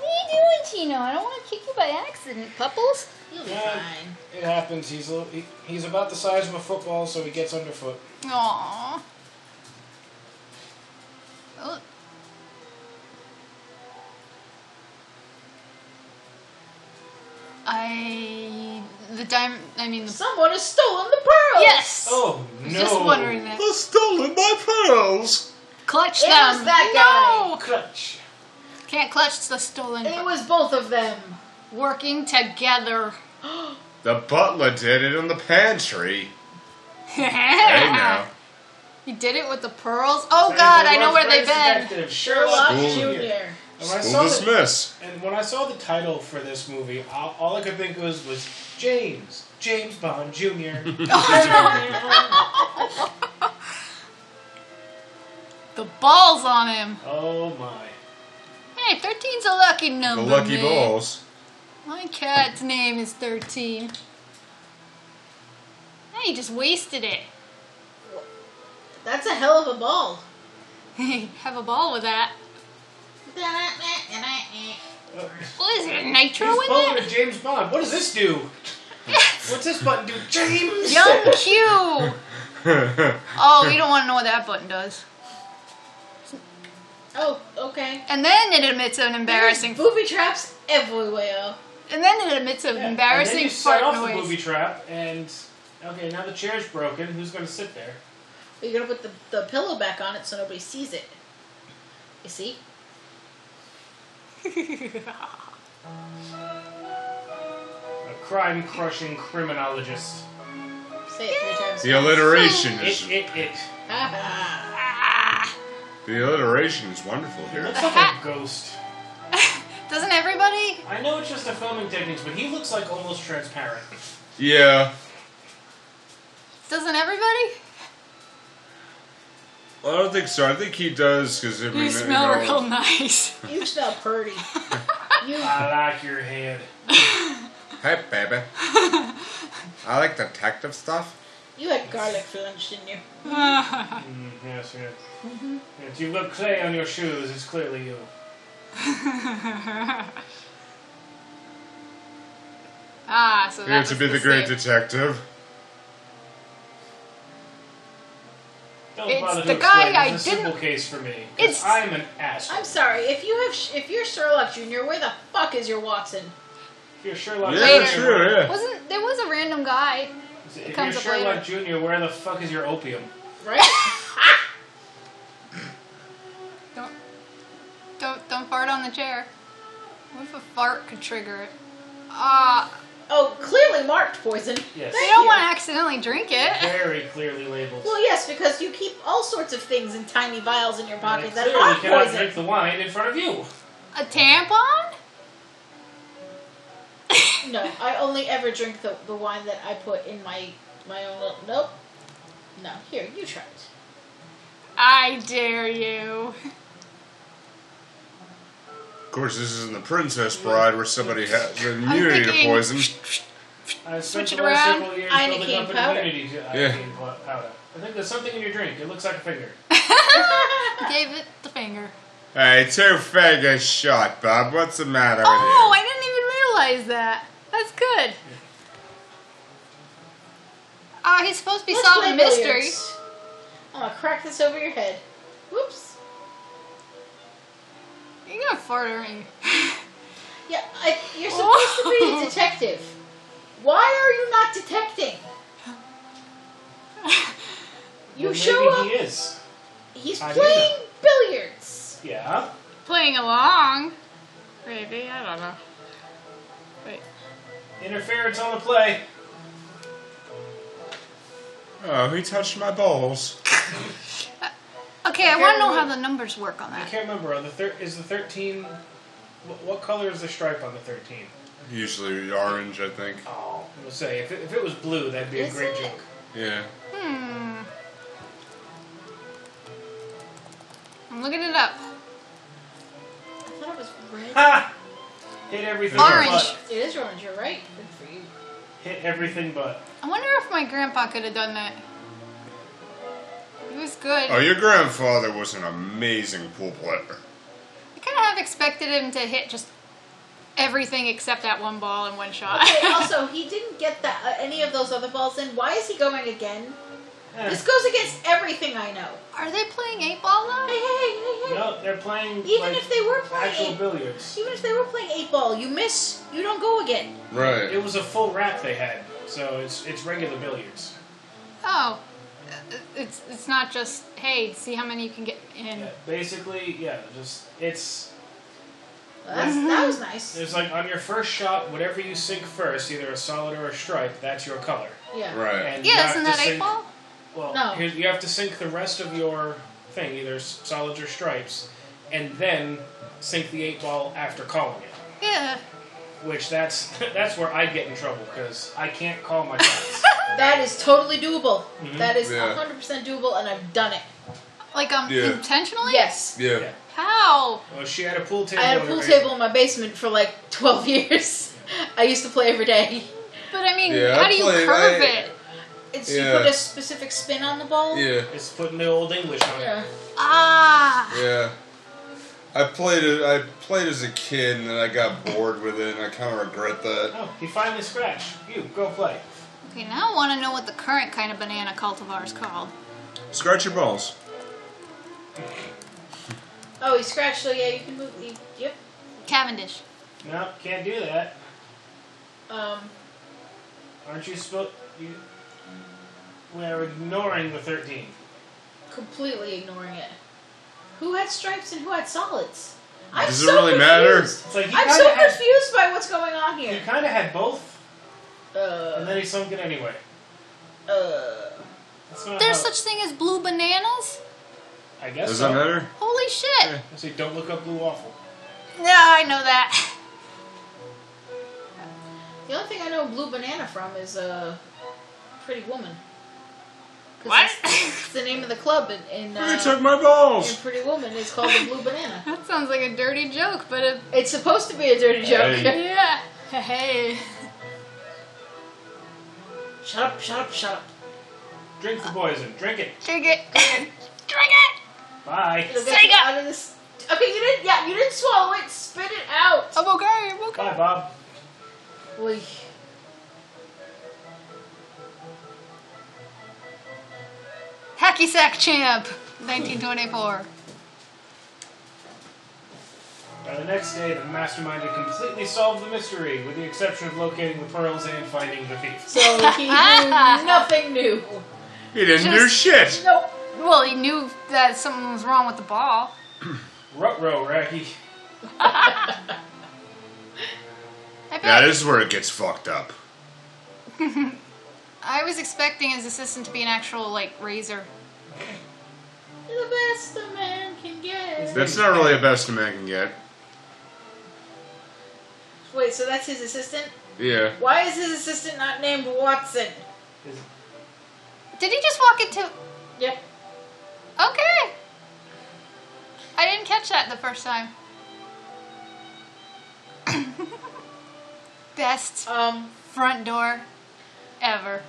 Speaker 3: What are you doing, Chino? I don't want to kick you by accident, Pupples.
Speaker 4: You'll be
Speaker 1: Yeah.
Speaker 4: fine.
Speaker 1: It happens. He's a, he, he's about the size of a football, so he gets underfoot.
Speaker 3: Aww. Oh, I the dime. I mean, the,
Speaker 4: Someone has stolen the pearls.
Speaker 3: yes.
Speaker 1: Oh
Speaker 3: I
Speaker 1: no!
Speaker 3: was Just wondering that.
Speaker 2: I stolen my pearls.
Speaker 3: Clutch
Speaker 4: It
Speaker 3: them.
Speaker 4: was that guy.
Speaker 1: Oh, clutch.
Speaker 3: No, can't clutch the stolen.
Speaker 4: It was both of them.
Speaker 3: working together.
Speaker 2: The butler did it in the pantry.
Speaker 3: hey
Speaker 2: Hey now.
Speaker 3: You did it with the pearls. Oh God, I know where they've been.
Speaker 1: Sherlock.
Speaker 4: Sherlock
Speaker 2: School-
Speaker 4: Junior.
Speaker 1: And when, I
Speaker 2: School
Speaker 1: saw the,
Speaker 2: dismiss.
Speaker 1: and when I saw the title for this movie, all, all I could think was was James, James Bond Jr.
Speaker 3: The balls on him.
Speaker 1: oh my!
Speaker 3: Hey, 13's a lucky
Speaker 2: The
Speaker 3: number.
Speaker 2: lucky
Speaker 3: man.
Speaker 2: balls.
Speaker 3: My cat's name is 13. Hey, you just wasted it.
Speaker 4: That's a hell of a ball.
Speaker 3: Have a ball with that.
Speaker 1: Uh,
Speaker 3: What is it, nitro
Speaker 1: he's pulling
Speaker 3: in
Speaker 1: a James Bond. What does this do? What's this button do?
Speaker 3: it?
Speaker 1: James.
Speaker 3: Young Q! Oh, you don't want to know what that button does.
Speaker 4: Oh, okay.
Speaker 3: And then it admits an embarrassing.
Speaker 4: Booby traps everywhere.
Speaker 3: And then it admits an
Speaker 1: Yeah, and then
Speaker 3: embarrassing
Speaker 1: you set
Speaker 3: fart
Speaker 1: off the
Speaker 3: noise.
Speaker 1: booby trap, and okay, now the chair's broken. Who's going to sit there?
Speaker 4: You're gonna put the, the pillow back on it so nobody sees it. You see?
Speaker 1: A crime-crushing criminologist.
Speaker 4: Say it three times.
Speaker 2: The alliteration
Speaker 1: It,
Speaker 2: is
Speaker 1: it, it.
Speaker 4: Ah,
Speaker 3: Ah.
Speaker 2: the alliteration is wonderful here.
Speaker 1: Looks like a ghost.
Speaker 3: Doesn't everybody?
Speaker 1: I know it's just the filming techniques, but he looks like almost transparent.
Speaker 2: Yeah.
Speaker 3: Doesn't everybody?
Speaker 2: Well, I don't think so. I think he does because
Speaker 3: You smell real nice.
Speaker 4: you smell pretty. you
Speaker 1: I like your head.
Speaker 2: Hey, baby. I like detective stuff.
Speaker 4: you had garlic for lunch, didn't you?
Speaker 3: Ah.
Speaker 1: Mm, yes, yes.
Speaker 3: Mm-hmm.
Speaker 1: If you've got clay on your shoes, it's clearly you.
Speaker 3: ah, so
Speaker 2: Here
Speaker 3: that's
Speaker 2: to be the great detective.
Speaker 1: Don't
Speaker 3: It's
Speaker 1: bother
Speaker 3: the
Speaker 1: to
Speaker 3: guy
Speaker 1: explain.
Speaker 3: I
Speaker 1: It's a simple
Speaker 3: didn't-
Speaker 1: case for me. 'cause
Speaker 3: It's-
Speaker 1: I'm an asshole.
Speaker 4: I'm sorry. If you have, if you're Sherlock Jr., where the fuck is your Watson?
Speaker 1: If you're Sherlock
Speaker 2: Yeah,
Speaker 1: Jr.
Speaker 2: that's true, yeah.
Speaker 3: Wasn't there was a random guy?
Speaker 1: If you're
Speaker 3: comes up
Speaker 1: Sherlock Jr., where the fuck is your opium?
Speaker 4: Right?
Speaker 3: Don't don't don't fart on the chair. What if a fart could trigger it? Ah,
Speaker 4: oh, clearly marked poison.
Speaker 1: Yes.
Speaker 3: they
Speaker 4: Thank
Speaker 3: don't
Speaker 4: you.
Speaker 3: want to accidentally drink it.
Speaker 1: Very clearly labeled.
Speaker 4: Well, yes, because you keep all sorts of things in tiny vials in your
Speaker 1: And I
Speaker 4: pocket that
Speaker 1: clearly
Speaker 4: are
Speaker 1: cannot
Speaker 4: poison.
Speaker 1: drink the wine in front of you.
Speaker 3: A tampon?
Speaker 4: No, I only ever drink the, the wine that I put in my my own little. Nope. No, here you try it.
Speaker 3: I dare you.
Speaker 2: Of course, this isn't the Princess Bride where somebody has the immunity to
Speaker 3: thinking-
Speaker 2: poison.
Speaker 1: I spent
Speaker 3: Switch
Speaker 1: the
Speaker 3: it
Speaker 1: last
Speaker 3: around.
Speaker 1: several years
Speaker 4: Iodine
Speaker 1: building up an
Speaker 4: powder.
Speaker 1: immunity to
Speaker 2: Yeah.
Speaker 1: iodine pl- powder. I think there's something in your drink. It looks like a finger.
Speaker 3: Gave it the finger.
Speaker 2: Hey, two fingers shot, Bob. What's the matter with
Speaker 3: Oh,
Speaker 2: you?
Speaker 3: I didn't even realize that. That's good. Ah, he's supposed to be
Speaker 4: Let's play
Speaker 3: solving mysteries.
Speaker 4: billiards. I'm gonna crack this over your head. Whoops.
Speaker 3: You're gonna fart at me.
Speaker 4: Yeah, I, you're supposed to be
Speaker 3: Oh.
Speaker 4: a detective. Why are you not detecting? You
Speaker 1: Well,
Speaker 4: show
Speaker 1: maybe
Speaker 4: up.
Speaker 1: he is.
Speaker 4: He's
Speaker 1: I do
Speaker 4: playing billiards.
Speaker 1: Yeah.
Speaker 3: Playing along. Maybe, I don't know. Wait.
Speaker 1: Interference on the play.
Speaker 2: Oh, he touched my balls.
Speaker 3: Okay, I wanna know how the numbers work on
Speaker 1: I
Speaker 3: that.
Speaker 1: can't remember. Are the thir- is the thirteen? What, what color is the stripe on the thirteen?
Speaker 2: Usually orange, I think.
Speaker 1: Oh, I'm gonna say if it, if it was blue, that'd be
Speaker 4: Is
Speaker 1: a great
Speaker 4: it?
Speaker 1: joke.
Speaker 2: Yeah.
Speaker 3: Hmm. I'm looking it up.
Speaker 4: I thought it was red.
Speaker 1: Ha! Hit everything.
Speaker 3: Orange.
Speaker 1: But,
Speaker 4: It is orange. You're right. Good for you.
Speaker 1: hit everything but.
Speaker 3: I wonder if my grandpa could have done that. He was good.
Speaker 2: Oh, your grandfather was an amazing pool player.
Speaker 3: I kind of have expected him to hit just everything except that one ball in one shot.
Speaker 4: Okay, also, he didn't get that uh, any of those other balls in. Why is he going again?
Speaker 1: Eh.
Speaker 4: This goes against everything I know.
Speaker 3: Are they playing eight ball
Speaker 4: Oh,
Speaker 3: though?
Speaker 4: Hey, hey, hey, hey, hey.
Speaker 1: No, they're playing.
Speaker 4: Even
Speaker 1: like,
Speaker 4: if they were
Speaker 1: actual
Speaker 4: playing,
Speaker 1: billiards,
Speaker 4: even if they were playing eight ball, you miss, you don't go again.
Speaker 2: Right.
Speaker 1: it was a full rack they had, so it's it's regular billiards.
Speaker 3: Oh, Uh, it's it's not just hey, see how many you can get in.
Speaker 1: Yeah, basically, yeah, just it's
Speaker 4: Well, that's,
Speaker 2: Mm-hmm.
Speaker 4: That was nice.
Speaker 1: It's like on your first shot, whatever you sink first, either a solid or a stripe, that's your color.
Speaker 4: Yeah.
Speaker 2: Right.
Speaker 1: And you
Speaker 3: Yeah,
Speaker 1: have
Speaker 3: isn't
Speaker 1: to
Speaker 3: that eight
Speaker 1: sink-
Speaker 3: ball?
Speaker 1: Well,
Speaker 4: No.
Speaker 1: here's- you have to sink the rest of your thing, either s- solids or stripes, and then sink the eight ball after calling it.
Speaker 3: Yeah.
Speaker 1: Which that's that's where I get in trouble because I can't call my shots.
Speaker 4: That is totally doable.
Speaker 1: Mm-hmm.
Speaker 4: That is
Speaker 2: Yeah.
Speaker 4: 100% doable, and I've done it.
Speaker 3: Like um
Speaker 2: Yeah.
Speaker 3: intentionally?
Speaker 4: Yes.
Speaker 2: Yeah.
Speaker 1: yeah.
Speaker 3: How?
Speaker 1: Well, Oh, she had a pool
Speaker 4: I
Speaker 1: table.
Speaker 4: had a
Speaker 1: in
Speaker 4: pool
Speaker 1: her
Speaker 4: table in my basement for like 12 years. I used to play every day.
Speaker 3: But I mean,
Speaker 2: Yeah,
Speaker 3: how
Speaker 2: I
Speaker 3: do you
Speaker 2: play-
Speaker 3: curve
Speaker 2: I-
Speaker 3: it?
Speaker 4: It's
Speaker 2: Yeah.
Speaker 4: you put a specific spin on the ball.
Speaker 2: Yeah.
Speaker 1: basement. It's putting the old English on
Speaker 4: Yeah.
Speaker 1: it.
Speaker 3: Ah.
Speaker 2: Yeah. I played it. I played as a kid, and then I got bored with it, and I kind of regret that.
Speaker 1: Oh, he finally scratched. You go play.
Speaker 3: Okay, now I want to know what the current kind of banana cultivar is called.
Speaker 2: Scratch your balls.
Speaker 4: Oh, he scratched. So yeah, you can move. You, yep.
Speaker 3: Cavendish.
Speaker 1: No, can't do that.
Speaker 4: Um.
Speaker 1: Aren't you supposed? You. We are ignoring the thirteen.
Speaker 4: completely ignoring it. Who had stripes and who had solids? I'm
Speaker 2: Does it
Speaker 4: so
Speaker 2: really matter?
Speaker 4: confused.
Speaker 1: It's like you
Speaker 4: I'm
Speaker 1: kind
Speaker 4: so
Speaker 1: of had.
Speaker 4: confused by what's going on
Speaker 1: You
Speaker 4: here.
Speaker 1: kind of had both, and
Speaker 4: Uh,
Speaker 1: then he sunk it anyway.
Speaker 4: uh,
Speaker 1: That's not
Speaker 3: There's
Speaker 1: how-
Speaker 3: such thing as blue bananas?
Speaker 1: I guess.
Speaker 2: Does
Speaker 1: so.
Speaker 2: that matter?
Speaker 3: Holy shit.
Speaker 1: I say, don't look up blue waffle.
Speaker 3: No, I know that.
Speaker 4: the only thing I know Blue Banana from is uh, Pretty Woman. 'Cause
Speaker 3: What?
Speaker 4: It's, it's the name of the club in in,
Speaker 2: They
Speaker 4: uh,
Speaker 2: took my
Speaker 4: in
Speaker 2: balls.
Speaker 4: Pretty Woman. It's called the Blue Banana.
Speaker 3: That sounds like a dirty joke, but it.
Speaker 4: It's supposed to be a dirty joke.
Speaker 2: Hey.
Speaker 3: Yeah. Hey.
Speaker 4: Shut up! Shut up! Ah. Shut up!
Speaker 1: Drink the poison. Drink it.
Speaker 3: Drink it. Drink it!
Speaker 1: Bye.
Speaker 4: It'll
Speaker 3: Say
Speaker 4: get you
Speaker 3: that.
Speaker 4: out of this. Okay, you didn't. Yeah, you didn't swallow it. Spit it out.
Speaker 3: I'm okay, I'm okay.
Speaker 1: Bye, Bob.
Speaker 4: Oy.
Speaker 3: Hacky Sack Champ, 1924.
Speaker 1: By the next day, the mastermind had completely solved the mystery, with the exception of locating the pearls and finding the thief.
Speaker 4: So he knew nothing new.
Speaker 2: He didn't do
Speaker 3: Just-
Speaker 2: shit.
Speaker 4: Nope.
Speaker 3: Well, he knew that something was wrong with the ball.
Speaker 1: Rutrow, Raggy.
Speaker 3: I bet.
Speaker 2: That is where it gets fucked up.
Speaker 3: I was expecting his assistant to be an actual, like, razor.
Speaker 4: You're the best a man can get.
Speaker 2: That's not really the best a man can get.
Speaker 4: Wait, so that's his assistant?
Speaker 2: Yeah.
Speaker 4: Why is his assistant not named Watson?
Speaker 1: Is-
Speaker 3: Did he just walk into.
Speaker 4: Yep.
Speaker 3: Okay. I didn't catch that the first time. Best
Speaker 4: Um,
Speaker 3: front door ever.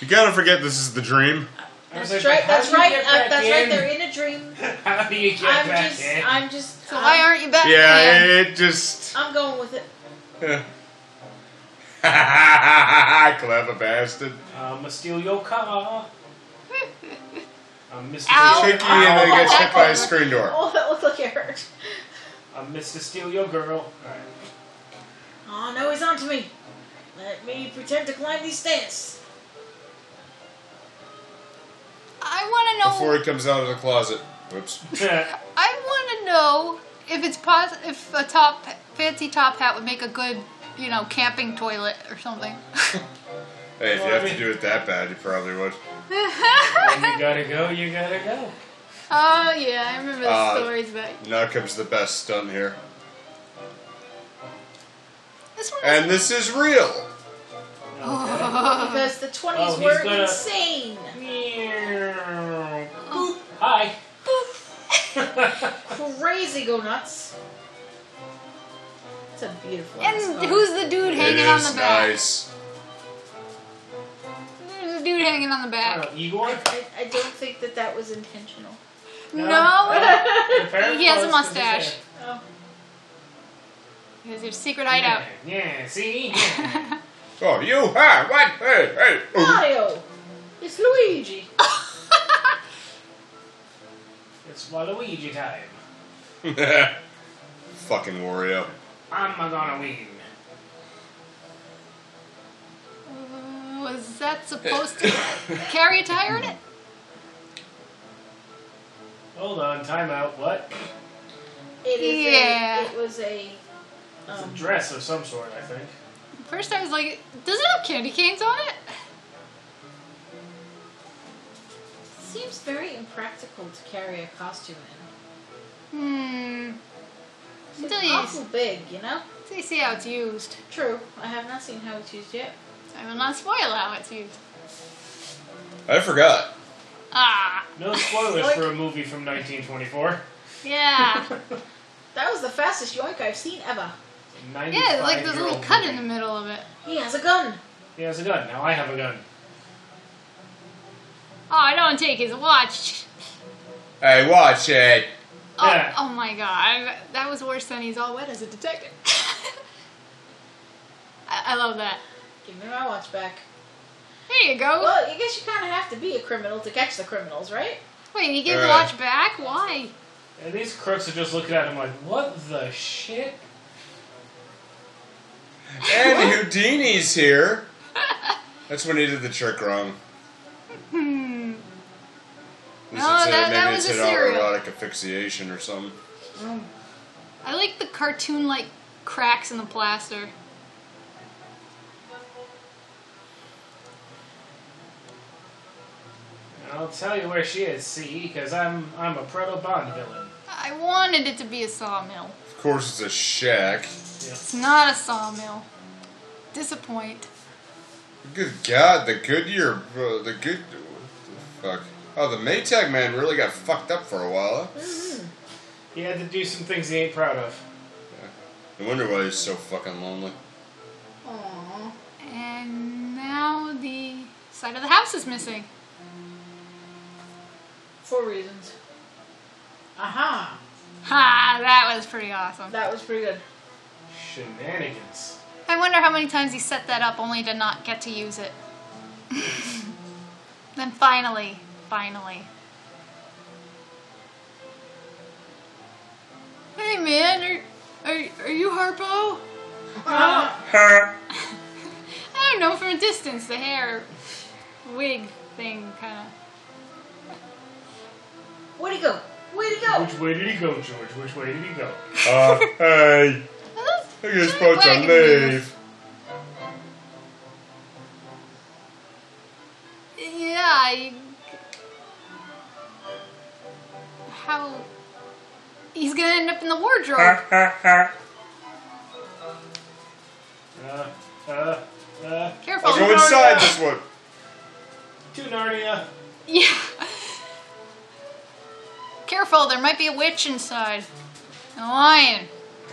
Speaker 2: You gotta forget this is the dream.
Speaker 1: I was
Speaker 4: that's
Speaker 1: like,
Speaker 4: right.
Speaker 1: how
Speaker 4: That's
Speaker 1: do you
Speaker 4: right.
Speaker 1: get
Speaker 4: Uh,
Speaker 1: back
Speaker 4: that's right.
Speaker 1: in?
Speaker 4: They're in a dream.
Speaker 1: How do you get
Speaker 4: I'm
Speaker 1: back
Speaker 4: just.
Speaker 1: in?
Speaker 4: I'm just.
Speaker 3: so why aren't you back
Speaker 2: Um, Yeah,
Speaker 3: man?
Speaker 2: it just.
Speaker 4: I'm going with it.
Speaker 2: Clever bastard.
Speaker 1: I'ma steal your car. I'm Mr.
Speaker 3: Ow.
Speaker 2: Tricky and then gets hit by a screen door.
Speaker 4: Oh, that looked like it hurt.
Speaker 1: I'm Mr. Steal Your Girl. Alright.
Speaker 4: Oh no, he's onto me. Let me pretend to climb these stairs.
Speaker 3: I want to know.
Speaker 2: Before he comes out of the closet. Whoops.
Speaker 3: I want to know if it's pos- if a top fancy top hat would make a good, you know, camping toilet or something.
Speaker 2: Hey, if you have to do it that bad, you probably would.
Speaker 1: when you gotta go, you gotta go.
Speaker 3: Oh yeah, Oh, I remember the
Speaker 2: Uh,
Speaker 3: stories back.
Speaker 2: Now comes the best stunt here.
Speaker 3: This one.
Speaker 2: And this is real.
Speaker 3: Uh-huh.
Speaker 4: Because the 20s
Speaker 1: Oh, he's
Speaker 4: were
Speaker 1: gonna-
Speaker 4: insane.
Speaker 1: Meow. Boop. Hi.
Speaker 4: Crazy go nuts. It's a beautiful. ass
Speaker 3: and
Speaker 4: song.
Speaker 3: who's the
Speaker 2: It
Speaker 3: dude hanging on
Speaker 2: is
Speaker 3: the back?
Speaker 2: nice.
Speaker 3: There's a dude hanging on the back.
Speaker 1: Uh, Igor?
Speaker 4: I, I don't think that that was intentional.
Speaker 1: No.
Speaker 3: No,
Speaker 1: Prepare
Speaker 3: He has a
Speaker 1: for us to
Speaker 3: mustache.
Speaker 1: descend.
Speaker 4: Oh.
Speaker 3: he has your secret hideout.
Speaker 1: Yeah, yeah, see? Yeah.
Speaker 2: Oh, you, huh? What? Hey, hey. Oh.
Speaker 4: Mario! It's Luigi!
Speaker 1: it's Waluigi time.
Speaker 3: Oh.
Speaker 2: Fucking Wario.
Speaker 1: I'm a gonna win.
Speaker 3: Was that supposed to carry a tire in it?
Speaker 1: Hold on, time out. What?
Speaker 4: It is
Speaker 3: Yeah.
Speaker 4: a. It was a.
Speaker 1: It's a
Speaker 4: Um,
Speaker 1: dress of some sort, I think.
Speaker 3: First, I was like, does it have candy canes on it?
Speaker 4: seems very impractical to carry a costume in.
Speaker 3: Hmm.
Speaker 4: It's
Speaker 3: Until you,
Speaker 4: awful big, you know?
Speaker 3: until you see how it's used.
Speaker 4: True. I have not seen how it's used yet.
Speaker 3: I will not spoil how it's used.
Speaker 2: I forgot.
Speaker 3: Ah.
Speaker 1: No spoilers
Speaker 4: Like-
Speaker 1: for a movie from 1924.
Speaker 3: Yeah.
Speaker 4: That was the fastest yoink I've seen ever.
Speaker 3: yeah, like there's a little
Speaker 1: 95-year-old
Speaker 3: cut
Speaker 1: movie.
Speaker 3: in the middle of it.
Speaker 4: He has a gun!
Speaker 1: He has a gun. Now I have a gun.
Speaker 3: Oh, I don't take his watch.
Speaker 2: Hey, watch it.
Speaker 3: Oh,
Speaker 1: Yeah.
Speaker 3: oh my god. That was worse than he's all wet as a detective. I, I love that.
Speaker 4: Give me my watch back.
Speaker 3: There you go.
Speaker 4: Oh. Well, I guess you kind of have to be a criminal to catch the criminals, right?
Speaker 3: Wait, he gave the
Speaker 2: Alright.
Speaker 3: watch back? Why?
Speaker 1: And these crooks are just looking at him like, what the shit?
Speaker 2: And Houdini's here. That's when he did the trick wrong.
Speaker 3: Hmm.
Speaker 2: This
Speaker 3: No,
Speaker 2: is it.
Speaker 3: that-
Speaker 2: Maybe
Speaker 3: that
Speaker 2: it's
Speaker 3: was
Speaker 2: an
Speaker 3: a cereal.
Speaker 2: autoerotic asphyxiation or something.
Speaker 3: I like the cartoon like cracks in the plaster.
Speaker 1: And I'll tell you where she is, see, because I'm I'm a proto Bond villain.
Speaker 3: I wanted it to be a sawmill.
Speaker 2: Of course, it's a shack.
Speaker 3: It's not a sawmill. Disappoint.
Speaker 2: Good God, the Goodyear, uh, the good, what the fuck. Oh, the Maytag man really got fucked up for a while.
Speaker 3: Hmm.
Speaker 2: Huh?
Speaker 1: He had to do some things he ain't proud of.
Speaker 2: No wonder why he's so fucking lonely.
Speaker 4: Aww.
Speaker 3: And now the side of the house is missing.
Speaker 4: Four reasons. Aha!
Speaker 3: Ha! That was pretty awesome.
Speaker 4: That was pretty good.
Speaker 1: Shenanigans.
Speaker 3: I wonder how many times he set that up only to not get to use it. then finally, finally. Hey man, are, are, are you Harpo?
Speaker 4: Ah.
Speaker 3: I don't know, from a distance, the hair wig thing kind of.
Speaker 4: Way to go! Way to go!
Speaker 1: Which way did he go, George? Which way did he go?
Speaker 2: Uh, hey, I guess supposed to leave.
Speaker 3: Yeah, you... How. He's gonna end up in the wardrobe.
Speaker 1: Uh, uh, uh.
Speaker 3: Careful.
Speaker 2: I'll go inside this one.
Speaker 1: To Narnia.
Speaker 3: Yeah. Careful, there might be a witch inside. A lion.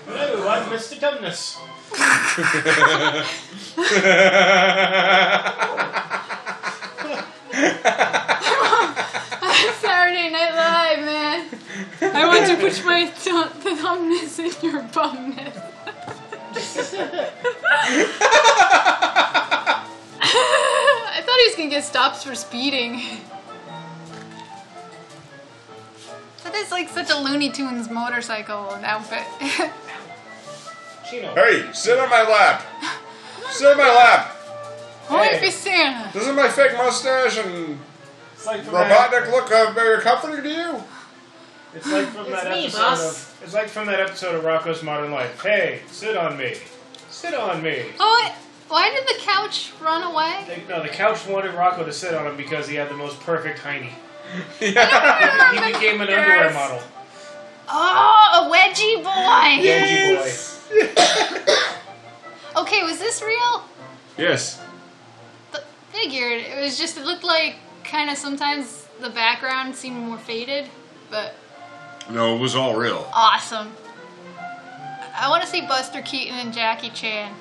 Speaker 1: Hello, I'm Mr. Dumbness.
Speaker 3: Saturday Night Live, man. I want to push my th- the thumbness in your bumness. I thought he was gonna get stops for speeding. That is like such a Looney Tunes motorcycle outfit.
Speaker 1: Chino.
Speaker 2: Hey, sit on my lap. Sit on my lap.
Speaker 3: Only
Speaker 1: Hey.
Speaker 3: for Santa.
Speaker 2: Doesn't my fake mustache and
Speaker 1: It's like from that,
Speaker 2: robotic look uh, very comforting to you?
Speaker 1: it's like from
Speaker 4: It's
Speaker 1: that
Speaker 4: me,
Speaker 1: episode
Speaker 4: boss.
Speaker 1: of it's like from that episode of Rocco's Modern Life. Hey, sit on me. Sit on me.
Speaker 3: Oh, wait, why did the couch run away?
Speaker 1: They- No, the couch wanted Rocco to sit on him because he had the most perfect hiney. He became an underwear model.
Speaker 3: Oh, a wedgie boy.
Speaker 1: Yes.
Speaker 3: Okay, was this real?
Speaker 2: Yes.
Speaker 3: Th- figured. It was just, it looked like kind of sometimes the background seemed more faded, but
Speaker 2: No, it was all real.
Speaker 3: awesome. I, want to see Buster Keaton and Jackie Chan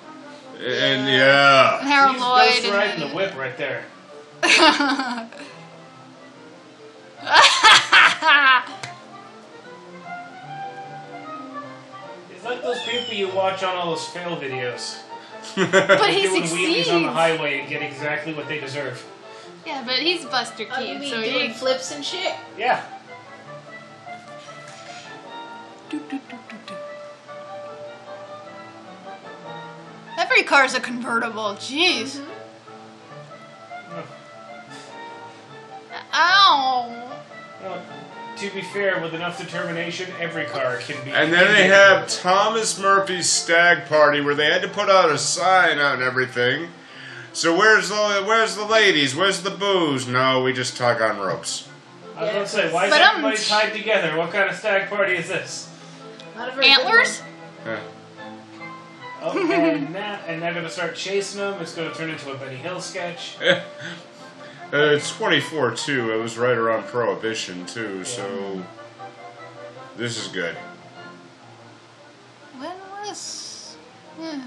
Speaker 2: And yeah.
Speaker 3: and Harold
Speaker 1: He's
Speaker 3: Lloyd.
Speaker 1: Ghost riding the whip right there. It's like those people you watch on all those fail videos.
Speaker 3: but he
Speaker 1: doing
Speaker 3: succeeds.
Speaker 1: wheelies on the highway and get exactly what they deserve.
Speaker 3: Yeah, but he's Buster
Speaker 4: Oh, you
Speaker 3: Keaton,
Speaker 4: mean
Speaker 3: so
Speaker 4: doing
Speaker 3: he.
Speaker 4: flips and shit?
Speaker 1: Yeah.
Speaker 3: Every car's a convertible. Jeez.
Speaker 4: Mm-hmm.
Speaker 3: Ow.
Speaker 1: Well, to be fair, with enough determination, every car can be.
Speaker 2: And then they have Thomas Murphy's stag party where they had to put out a sign on everything. So where's the where's the ladies? Where's the booze? No, we just tug on ropes.
Speaker 1: I was gonna say, why is
Speaker 3: But, um,
Speaker 1: everybody tied together? What kind of stag party is this?
Speaker 4: Not a very good
Speaker 3: Antlers?
Speaker 2: Huh.
Speaker 1: Oh, and now, and they're gonna start chasing them. It's gonna turn into a Benny Hill sketch.
Speaker 2: Eh, Uh, It's 24 too. It was right around Prohibition too, so this is good.
Speaker 3: When was. Hmm.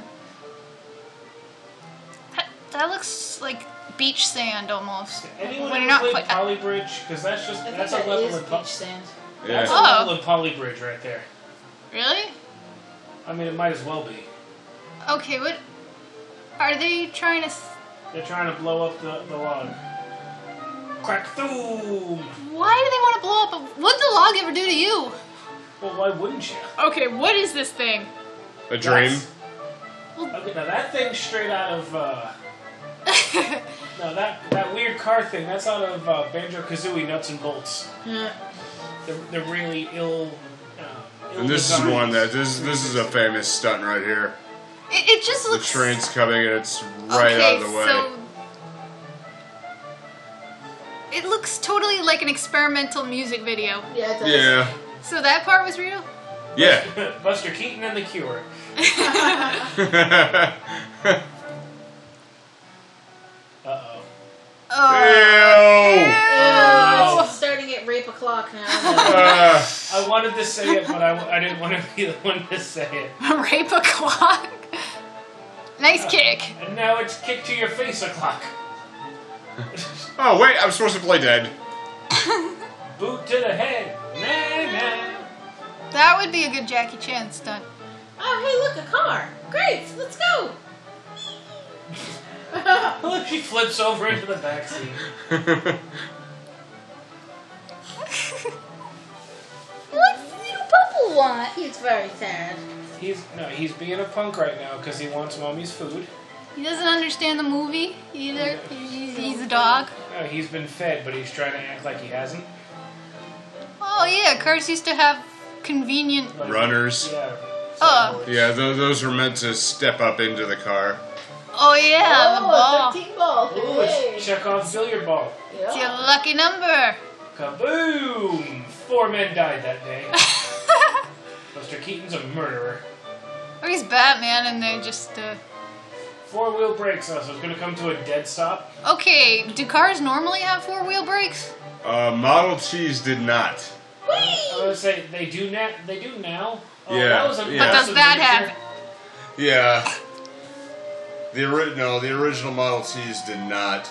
Speaker 3: That, that looks like beach sand almost.
Speaker 1: Anyone
Speaker 3: When
Speaker 1: ever
Speaker 3: not uh,
Speaker 1: played
Speaker 3: put-
Speaker 1: Polly Bridge? Because that's just
Speaker 4: One. I
Speaker 1: that's
Speaker 4: think
Speaker 1: a
Speaker 4: that
Speaker 1: level
Speaker 4: is
Speaker 1: in po-
Speaker 4: beach sand.
Speaker 1: that's a
Speaker 2: Yeah.
Speaker 3: Oh.
Speaker 1: level in Polly Bridge right there.
Speaker 3: Really?
Speaker 1: I mean, it might as well be.
Speaker 3: Okay, what. Are they trying to. s-
Speaker 1: They're trying to blow up the, the log. crack, boom.
Speaker 3: Why do they want to blow up? A, what'd the log ever do to you?
Speaker 1: Well, why wouldn't you?
Speaker 3: Okay, what is this thing?
Speaker 2: A dream.
Speaker 1: That's- Okay, now that thing's straight out of. Uh, no, that that weird car thing. That's out of uh, Banjo Kazooie Nuts and Bolts. The, the really ill. Uh,
Speaker 2: And this is
Speaker 1: ill-designed-
Speaker 2: one that this this is a famous stunt right here.
Speaker 3: It, it just
Speaker 2: The
Speaker 3: looks.
Speaker 2: train's coming and it's right
Speaker 3: okay,
Speaker 2: out of the way.
Speaker 3: So it looks totally like an experimental music video.
Speaker 4: Yeah, it does.
Speaker 2: yeah,
Speaker 3: So that part was real.
Speaker 2: yeah.
Speaker 1: Buster Keaton and the Cure. Uh oh.
Speaker 3: Oh.
Speaker 2: Ew.
Speaker 4: Oh,
Speaker 1: Oh.
Speaker 4: it's starting at rape o'clock now.
Speaker 2: Uh,
Speaker 1: I wanted to say it, but I, I didn't want to be the one to say it.
Speaker 3: Rape a clock. nice kick.
Speaker 1: And now it's kick to your face o'clock.
Speaker 2: oh wait, I'm supposed to play dead.
Speaker 1: Boot to the head. Nah,
Speaker 3: That would be a good Jackie Chan stunt.
Speaker 4: oh, hey, look, a car. Great, let's go.
Speaker 1: nah. Look, she flips over into the backseat.
Speaker 4: What's the purple one? He's very sad.
Speaker 1: He's no, he's being a punk right now because he wants mommy's food.
Speaker 3: He doesn't understand the movie either. He's, he's a dog.
Speaker 1: No, he's been fed, but he's trying to act like he hasn't.
Speaker 3: Oh yeah, cars used to have convenient.
Speaker 1: Like,
Speaker 2: Runners.
Speaker 1: Yeah.
Speaker 3: Oh,
Speaker 2: Yeah, th- those were meant to step up into the car.
Speaker 3: oh yeah, the
Speaker 4: oh,
Speaker 3: ball.
Speaker 4: 13 ball.
Speaker 1: Ooh,
Speaker 4: Hey.
Speaker 1: it's Chekhov's billiard ball.
Speaker 3: It's your
Speaker 4: Yeah.
Speaker 3: lucky number.
Speaker 1: Kaboom! Four men died that day. Buster Keaton's a murderer.
Speaker 3: Or he's Batman, and they just. Uh...
Speaker 1: Four wheel brakes, uh, so it's gonna come to a dead stop.
Speaker 3: Okay, do cars normally have four wheel brakes?
Speaker 2: Uh, Model Cheese did not.
Speaker 1: I would say they do now. They do now. Oh,
Speaker 2: Yeah,
Speaker 1: that was a-
Speaker 2: yeah.
Speaker 1: that
Speaker 3: But
Speaker 1: was
Speaker 3: does
Speaker 1: a
Speaker 3: that
Speaker 1: major-
Speaker 3: happen?
Speaker 2: Yeah. The original, the original Model Ts did not.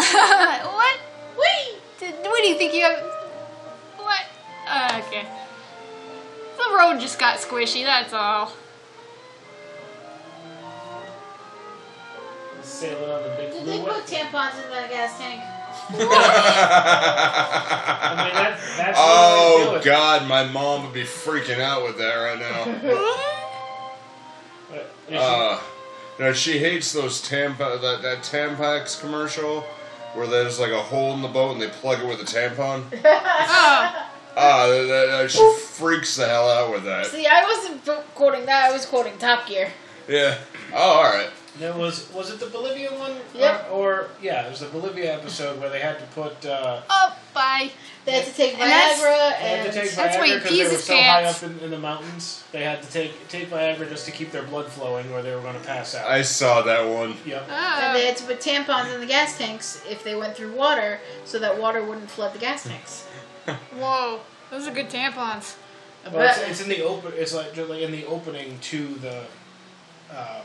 Speaker 3: what? Wait. Did, what do you think you have? What? Uh, okay. The road just got squishy. That's all.
Speaker 1: Sailing on the big
Speaker 4: Did
Speaker 1: blue
Speaker 4: they put
Speaker 1: wave.
Speaker 4: tampons in that gas tank?
Speaker 1: I mean, that, that's how they do
Speaker 2: oh
Speaker 1: it.
Speaker 2: God, my mom would be freaking out with that right now.
Speaker 3: Oh,
Speaker 1: But they should-
Speaker 2: Uh, no, she hates those Tampa that that Tampax commercial where there's like a hole in the boat and they plug it with a tampon.
Speaker 3: Oh.
Speaker 2: Ah, that- that- that- she freaks the hell out with that.
Speaker 4: See, I wasn't fo- quoting that. I was quoting Top Gear.
Speaker 2: Yeah. Oh, all right.
Speaker 1: There was was it the Bolivia one? Uh,
Speaker 4: Yep.
Speaker 1: Or, or- yeah, it was the Bolivia episode where they had to put uh,
Speaker 3: Oh, bye.
Speaker 4: They had to take
Speaker 3: And that's-
Speaker 4: Viagra
Speaker 1: they had
Speaker 4: and.
Speaker 1: to take
Speaker 3: That's why he
Speaker 1: Viagra because
Speaker 3: pees
Speaker 1: they were
Speaker 3: his
Speaker 1: so
Speaker 3: pants.
Speaker 1: high up in, in the mountains. They had to take take Viagra just to keep their blood flowing, or they were going to pass out.
Speaker 2: I saw that one.
Speaker 1: yep.
Speaker 4: and they
Speaker 3: Oh.
Speaker 4: had to put tampons in the gas tanks if they went through water so that water wouldn't flood the gas tanks.
Speaker 3: Whoa. Those are good tampons.
Speaker 1: Well, it's, it's in the open. It's like, just like in the opening to the um,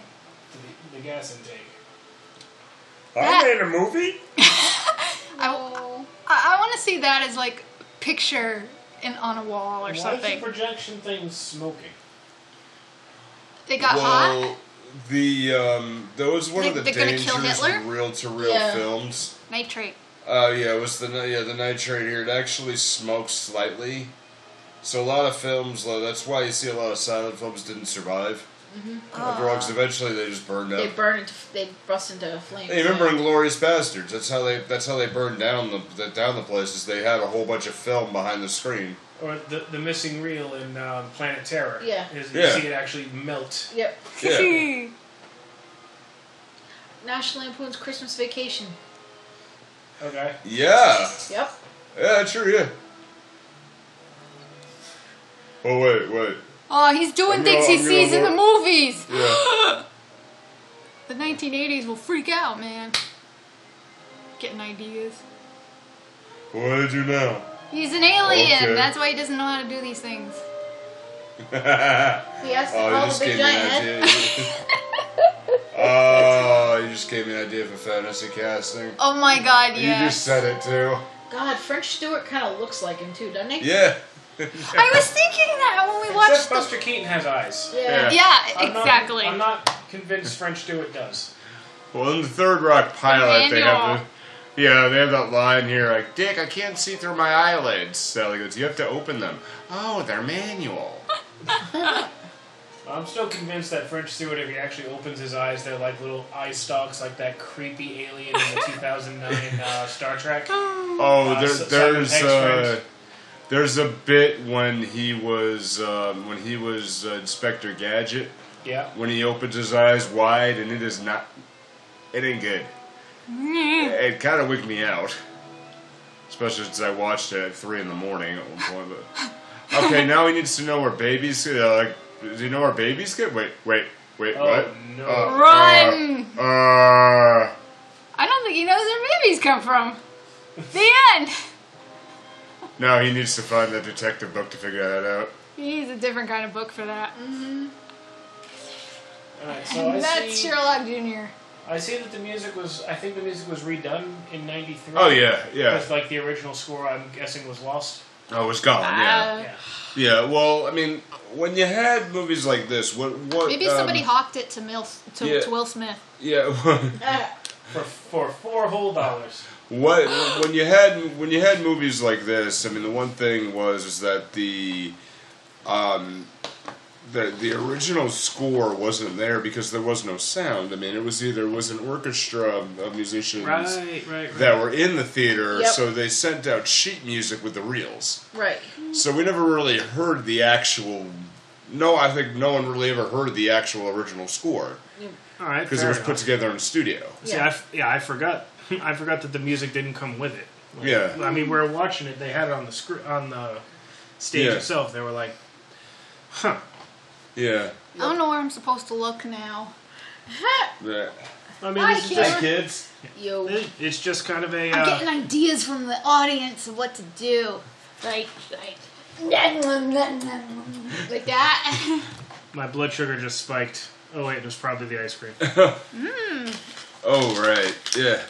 Speaker 1: to the, the gas intake.
Speaker 3: That-
Speaker 2: made a movie.
Speaker 3: I, I, I want to see that as like a picture in on a wall or
Speaker 1: Why
Speaker 3: something.
Speaker 1: is the projection thing smoking?
Speaker 3: They got
Speaker 2: well,
Speaker 3: hot.
Speaker 2: the um, that was one
Speaker 3: They-
Speaker 2: of the
Speaker 3: they're gonna kill
Speaker 2: dangers
Speaker 3: Hitler?
Speaker 2: of reel-to-reel
Speaker 4: Yeah.
Speaker 2: films.
Speaker 3: Nitrate.
Speaker 2: Uh, yeah, it was the ni- yeah the nitrate here. It actually smokes slightly, so a lot of films. like, That's why you see a lot of silent films didn't survive. Uh, drugs eventually they just burned up.
Speaker 4: They burn into, they burst into flames.
Speaker 2: Hey, remember Inglorious Bastards? That's how they that's how they burned down the, the down the places. They had a whole bunch of film behind the screen.
Speaker 1: Or the the missing reel in um, Planet Terror.
Speaker 4: Yeah.
Speaker 1: Is, you
Speaker 2: Yeah.
Speaker 1: see it actually melt.
Speaker 4: Yep.
Speaker 2: Yeah.
Speaker 4: National Lampoon's Christmas Vacation.
Speaker 1: Okay.
Speaker 2: yeah.
Speaker 4: Yep.
Speaker 2: Yeah, true, yeah. Oh wait, wait.
Speaker 3: Oh, he's doing
Speaker 2: I'm
Speaker 3: things
Speaker 2: gonna-
Speaker 3: he
Speaker 2: I'm
Speaker 3: sees in
Speaker 2: gonna
Speaker 3: the movies.
Speaker 2: Yeah.
Speaker 3: the 1980s will freak out, man. Getting ideas.
Speaker 2: What do I do now?
Speaker 3: He's an alien.
Speaker 2: Okay.
Speaker 3: That's why he doesn't know how to do these things.
Speaker 2: oh,
Speaker 4: He asked to
Speaker 2: you
Speaker 4: call the
Speaker 2: Oh, just
Speaker 4: big
Speaker 2: gave me
Speaker 4: giant
Speaker 2: an
Speaker 4: head.
Speaker 2: idea. oh, you just gave me an idea for fantasy casting.
Speaker 3: Oh my god, yeah.
Speaker 2: You just said it too.
Speaker 4: God, French Stewart kind of looks like him too, doesn't he?
Speaker 2: Yeah.
Speaker 3: I was thinking that when we watched
Speaker 1: Except
Speaker 3: the.
Speaker 1: Buster Keaton has eyes.
Speaker 4: Yeah.
Speaker 3: Yeah,
Speaker 1: I'm not-
Speaker 3: exactly.
Speaker 1: I'm not convinced French Stewart does.
Speaker 2: Well, in the Third Rock pilot, they have
Speaker 3: manual.
Speaker 2: the, yeah, they have that line here like, "Dick, I can't see through my eyelids." Sally goes, "You have to open them." Oh, they're manual.
Speaker 1: I'm still convinced that French Stewart, if he actually opens his eyes, they're like little eye stalks, like that creepy alien in the 2009 uh, Star Trek.
Speaker 2: Oh,
Speaker 1: Uh,
Speaker 2: there,
Speaker 1: so-
Speaker 2: there's
Speaker 1: Simon X
Speaker 2: uh, there's a bit when he was um, when he was uh, Inspector Gadget
Speaker 1: Yeah.
Speaker 2: when he opens his eyes wide and it is not it ain't good.
Speaker 3: Mm.
Speaker 2: It kind of wigged me out, especially since I watched it at three in the morning at one point. But okay, now he needs to know where babies uh, like. Do you know where babies get? Wait, wait, wait,
Speaker 1: Oh,
Speaker 2: what?
Speaker 1: no.
Speaker 2: Uh,
Speaker 3: Run!
Speaker 2: Uh, uh,
Speaker 3: I don't think he knows where babies come from. The end.
Speaker 2: no, he needs to find the detective book to figure that out.
Speaker 3: He needs a different kind of book for that.
Speaker 2: Oh,
Speaker 3: Mm,
Speaker 1: Alright, so I
Speaker 3: That's
Speaker 1: see,
Speaker 3: Sherlock Jr.
Speaker 1: I see that the music was. I think the music was redone in '93.
Speaker 2: Oh yeah, yeah.
Speaker 1: With like the original score, I'm guessing was lost.
Speaker 2: Oh, it's gone. Yeah,
Speaker 3: Uh,
Speaker 1: Yeah.
Speaker 2: yeah. Well, I mean, when you had movies like this, what? what
Speaker 3: Maybe
Speaker 2: um,
Speaker 3: somebody hawked it to, Mil- to,
Speaker 2: yeah.
Speaker 3: to Will Smith.
Speaker 2: Yeah.
Speaker 4: Uh,
Speaker 1: For for four whole dollars.
Speaker 2: What when you had when you had movies like this? I mean, the one thing was is that the um, the the original score wasn't there because there was no sound. I mean, it was either it was an orchestra of, of musicians
Speaker 1: Right, right, right.
Speaker 2: that were in the theater,
Speaker 4: Yep.
Speaker 2: so they sent out sheet music with the reels.
Speaker 4: Right.
Speaker 2: So we never really heard the actual. No, I think no one really ever heard the actual original score
Speaker 1: All right,
Speaker 2: because it
Speaker 1: fair
Speaker 2: was put
Speaker 1: enough.
Speaker 2: together in studio.
Speaker 1: See, I f- yeah, I forgot. I forgot that the music didn't come with it. Like,
Speaker 2: Yeah.
Speaker 1: I mean, we were watching it. They had it on the scr- on the stage
Speaker 2: Yeah.
Speaker 1: itself. They were like, "Huh."
Speaker 2: Yeah.
Speaker 3: I don't know where I'm supposed to look now.
Speaker 2: Yeah.
Speaker 1: I mean,
Speaker 3: Hi,
Speaker 1: this is
Speaker 3: kid.
Speaker 1: just,
Speaker 2: kids.
Speaker 4: Yo.
Speaker 1: it- it's just kind of a.
Speaker 3: I'm
Speaker 1: Uh,
Speaker 3: getting ideas from the audience of what to do. Like, like, like that.
Speaker 1: my blood sugar just spiked. Oh wait, it was probably the ice cream.
Speaker 2: Oh right, yeah.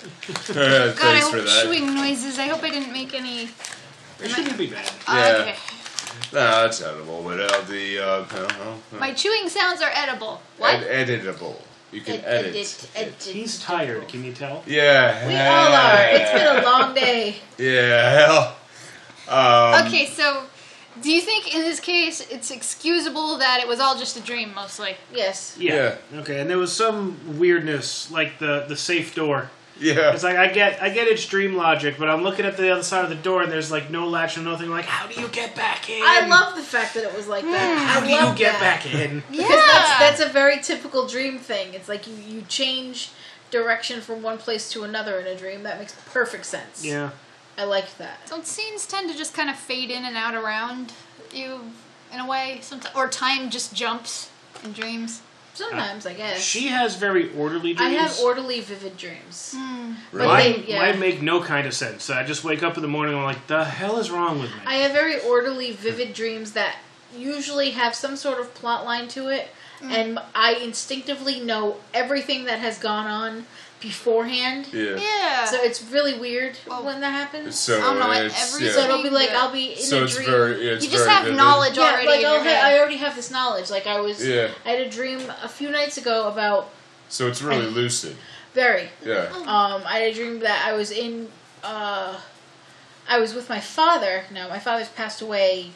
Speaker 2: Uh,
Speaker 3: God, I
Speaker 2: thanks for
Speaker 3: hope
Speaker 2: that.
Speaker 3: chewing noises. I hope I didn't make any. uh,
Speaker 1: It shouldn't be bad.
Speaker 2: Yeah.
Speaker 3: okay.
Speaker 2: Nah, it's edible, but uh, the uh, I don't know.
Speaker 3: My chewing sounds are edible. What?
Speaker 2: Ed- editable. You can edit.
Speaker 4: Edit, edit.
Speaker 1: He's tired. Can you tell?
Speaker 2: Yeah.
Speaker 4: We all are. It's been a long day.
Speaker 2: Yeah. Hell. Um,
Speaker 3: okay, so do you think in this case it's excusable that it was all just a dream mostly?
Speaker 4: Yes.
Speaker 1: Yeah. Okay, and there was some weirdness, like the the safe door.
Speaker 2: Yeah.
Speaker 1: It's like I get I get its dream logic, but I'm looking at the other side of the door and there's like no latch or nothing. Like, how do you get back in?
Speaker 4: I love the fact that it was like that.
Speaker 1: How
Speaker 4: I
Speaker 1: do you
Speaker 4: love
Speaker 1: get
Speaker 4: that.
Speaker 1: back in?
Speaker 3: Yeah.
Speaker 4: Because that's, that's a very typical dream thing. It's like you, you change direction from one place to another in a dream. That makes perfect sense.
Speaker 1: Yeah.
Speaker 4: I like that.
Speaker 3: Don't scenes tend to just kind of fade in and out around you in a way sometimes or time just jumps in dreams?
Speaker 4: Sometimes, I guess.
Speaker 1: She has very orderly
Speaker 4: I
Speaker 1: dreams.
Speaker 4: have orderly, vivid dreams.
Speaker 3: Hmm.
Speaker 4: But
Speaker 2: Really?
Speaker 1: Mine,
Speaker 4: they, yeah.
Speaker 1: mine make no kind of sense. I just wake up in the morning and I'm like, the hell is wrong with me?
Speaker 4: I have very orderly, vivid dreams that usually have some sort of plot line to it,
Speaker 3: Hmm.
Speaker 4: and I instinctively know everything that has gone on beforehand.
Speaker 2: Yeah.
Speaker 3: Yeah.
Speaker 4: So it's really weird
Speaker 3: Well,
Speaker 4: when that happens.
Speaker 2: So
Speaker 3: I don't know,
Speaker 2: it's
Speaker 3: every
Speaker 2: yeah.
Speaker 4: So it'll be like
Speaker 3: Yeah.
Speaker 4: I'll be in
Speaker 2: so
Speaker 4: a
Speaker 2: it's
Speaker 4: dream.
Speaker 2: very it's
Speaker 3: you just
Speaker 2: very
Speaker 3: have
Speaker 2: vivid.
Speaker 3: knowledge
Speaker 4: yeah,
Speaker 3: already
Speaker 4: like
Speaker 3: in your
Speaker 4: I'll ha- I
Speaker 3: head.
Speaker 4: already have this knowledge. Like I was,
Speaker 2: Yeah.
Speaker 4: I had a dream a few nights ago about
Speaker 2: So it's really lucid.
Speaker 4: very
Speaker 2: Yeah.
Speaker 4: Um, I had a dream that I was in. Uh, I was with my father. Now my father's passed away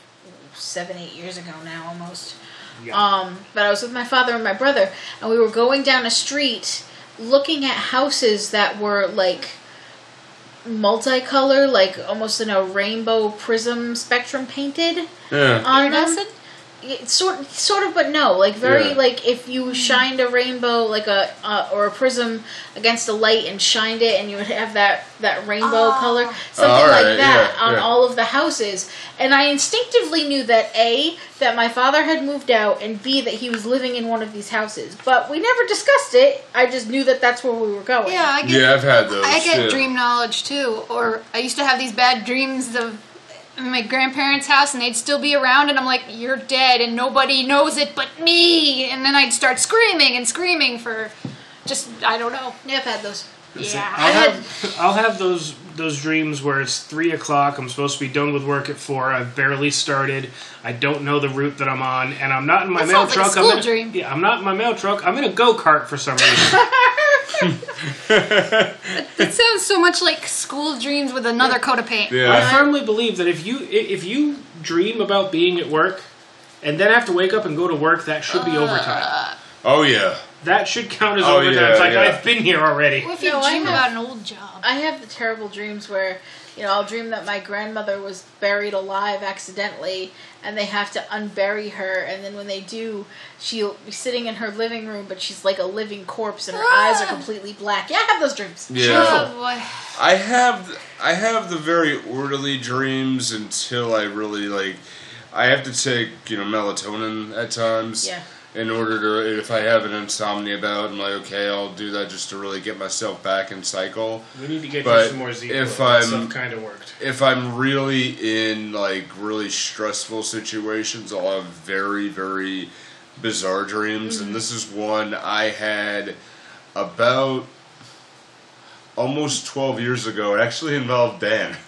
Speaker 4: seven, eight years ago now, almost.
Speaker 1: Yeah.
Speaker 4: Um, but I was with my father and my brother, and we were going down a street, looking at houses that were like multicolor, like almost in a rainbow prism spectrum painted
Speaker 2: Yeah.
Speaker 4: on them.
Speaker 3: Iridescent?
Speaker 4: Yeah, sort sort of but no like very
Speaker 2: Yeah.
Speaker 4: like if you shined a rainbow like a uh, or a prism against a light and shined it and you would have that that rainbow
Speaker 3: Oh.
Speaker 4: color
Speaker 2: Oh,
Speaker 4: something
Speaker 2: alright,
Speaker 4: like that
Speaker 2: yeah,
Speaker 4: on
Speaker 2: yeah.
Speaker 4: all of the houses and i instinctively knew that a that my father had moved out and b that he was living in one of these houses but we never discussed it i just knew that that's where we were going
Speaker 3: yeah, I get
Speaker 2: Yeah, I've had those.
Speaker 3: I get
Speaker 2: yeah.
Speaker 3: dream knowledge too, or I used to have these bad dreams of my grandparents' house, and they'd still be around, and I'm like, "You're dead," and nobody knows it but me, and then I'd start screaming and screaming for just I don't know.
Speaker 4: yeah i've had those
Speaker 3: Yeah,
Speaker 1: I'll
Speaker 3: I had
Speaker 1: have I'll have those those dreams where it's three o'clock. I'm supposed to be done with work at four. I've barely started. I don't know the route that I'm on, and I'm not in my
Speaker 3: That
Speaker 1: mail
Speaker 3: sounds like a
Speaker 1: truck.
Speaker 3: school
Speaker 1: I'm in,
Speaker 3: dream.
Speaker 1: Yeah, I'm not in my mail truck. I'm in a go kart for some reason.
Speaker 3: That sounds so much like school dreams with another coat of paint.
Speaker 1: I
Speaker 2: yeah.
Speaker 1: firmly believe that if you i- if you dream about being at work and then have to wake up and go to work, that should
Speaker 4: Uh,
Speaker 1: be overtime.
Speaker 2: Oh yeah.
Speaker 1: That should count as
Speaker 2: Oh,
Speaker 1: overtime.
Speaker 2: yeah,
Speaker 1: it's like
Speaker 2: yeah.
Speaker 1: I've been here already.
Speaker 3: What if you
Speaker 4: No, I
Speaker 3: dream
Speaker 4: have-
Speaker 3: about an old job?
Speaker 4: I have the terrible dreams where, you know, I'll dream that my grandmother was buried alive accidentally, and they have to unbury her, and then when they do, she'll be sitting in her living room, but she's like a living corpse, and her eyes
Speaker 3: Ah.
Speaker 4: are completely black. Yeah, I have those dreams.
Speaker 2: Yeah.
Speaker 3: Oh, boy.
Speaker 2: I have I have the very orderly dreams until I really like I have to take, you know, melatonin at times.
Speaker 4: Yeah.
Speaker 2: In order to, if I have an insomnia bout, I'm like, okay, I'll do that just to really get myself back in cycle.
Speaker 1: We need to get
Speaker 2: But
Speaker 1: you some more Z.
Speaker 2: if
Speaker 1: That
Speaker 2: I'm-
Speaker 1: stuff kind of worked.
Speaker 2: If I'm really in like really stressful situations, I'll have very, very bizarre dreams. And this is one I had about almost 12 years ago. It actually involved Dan.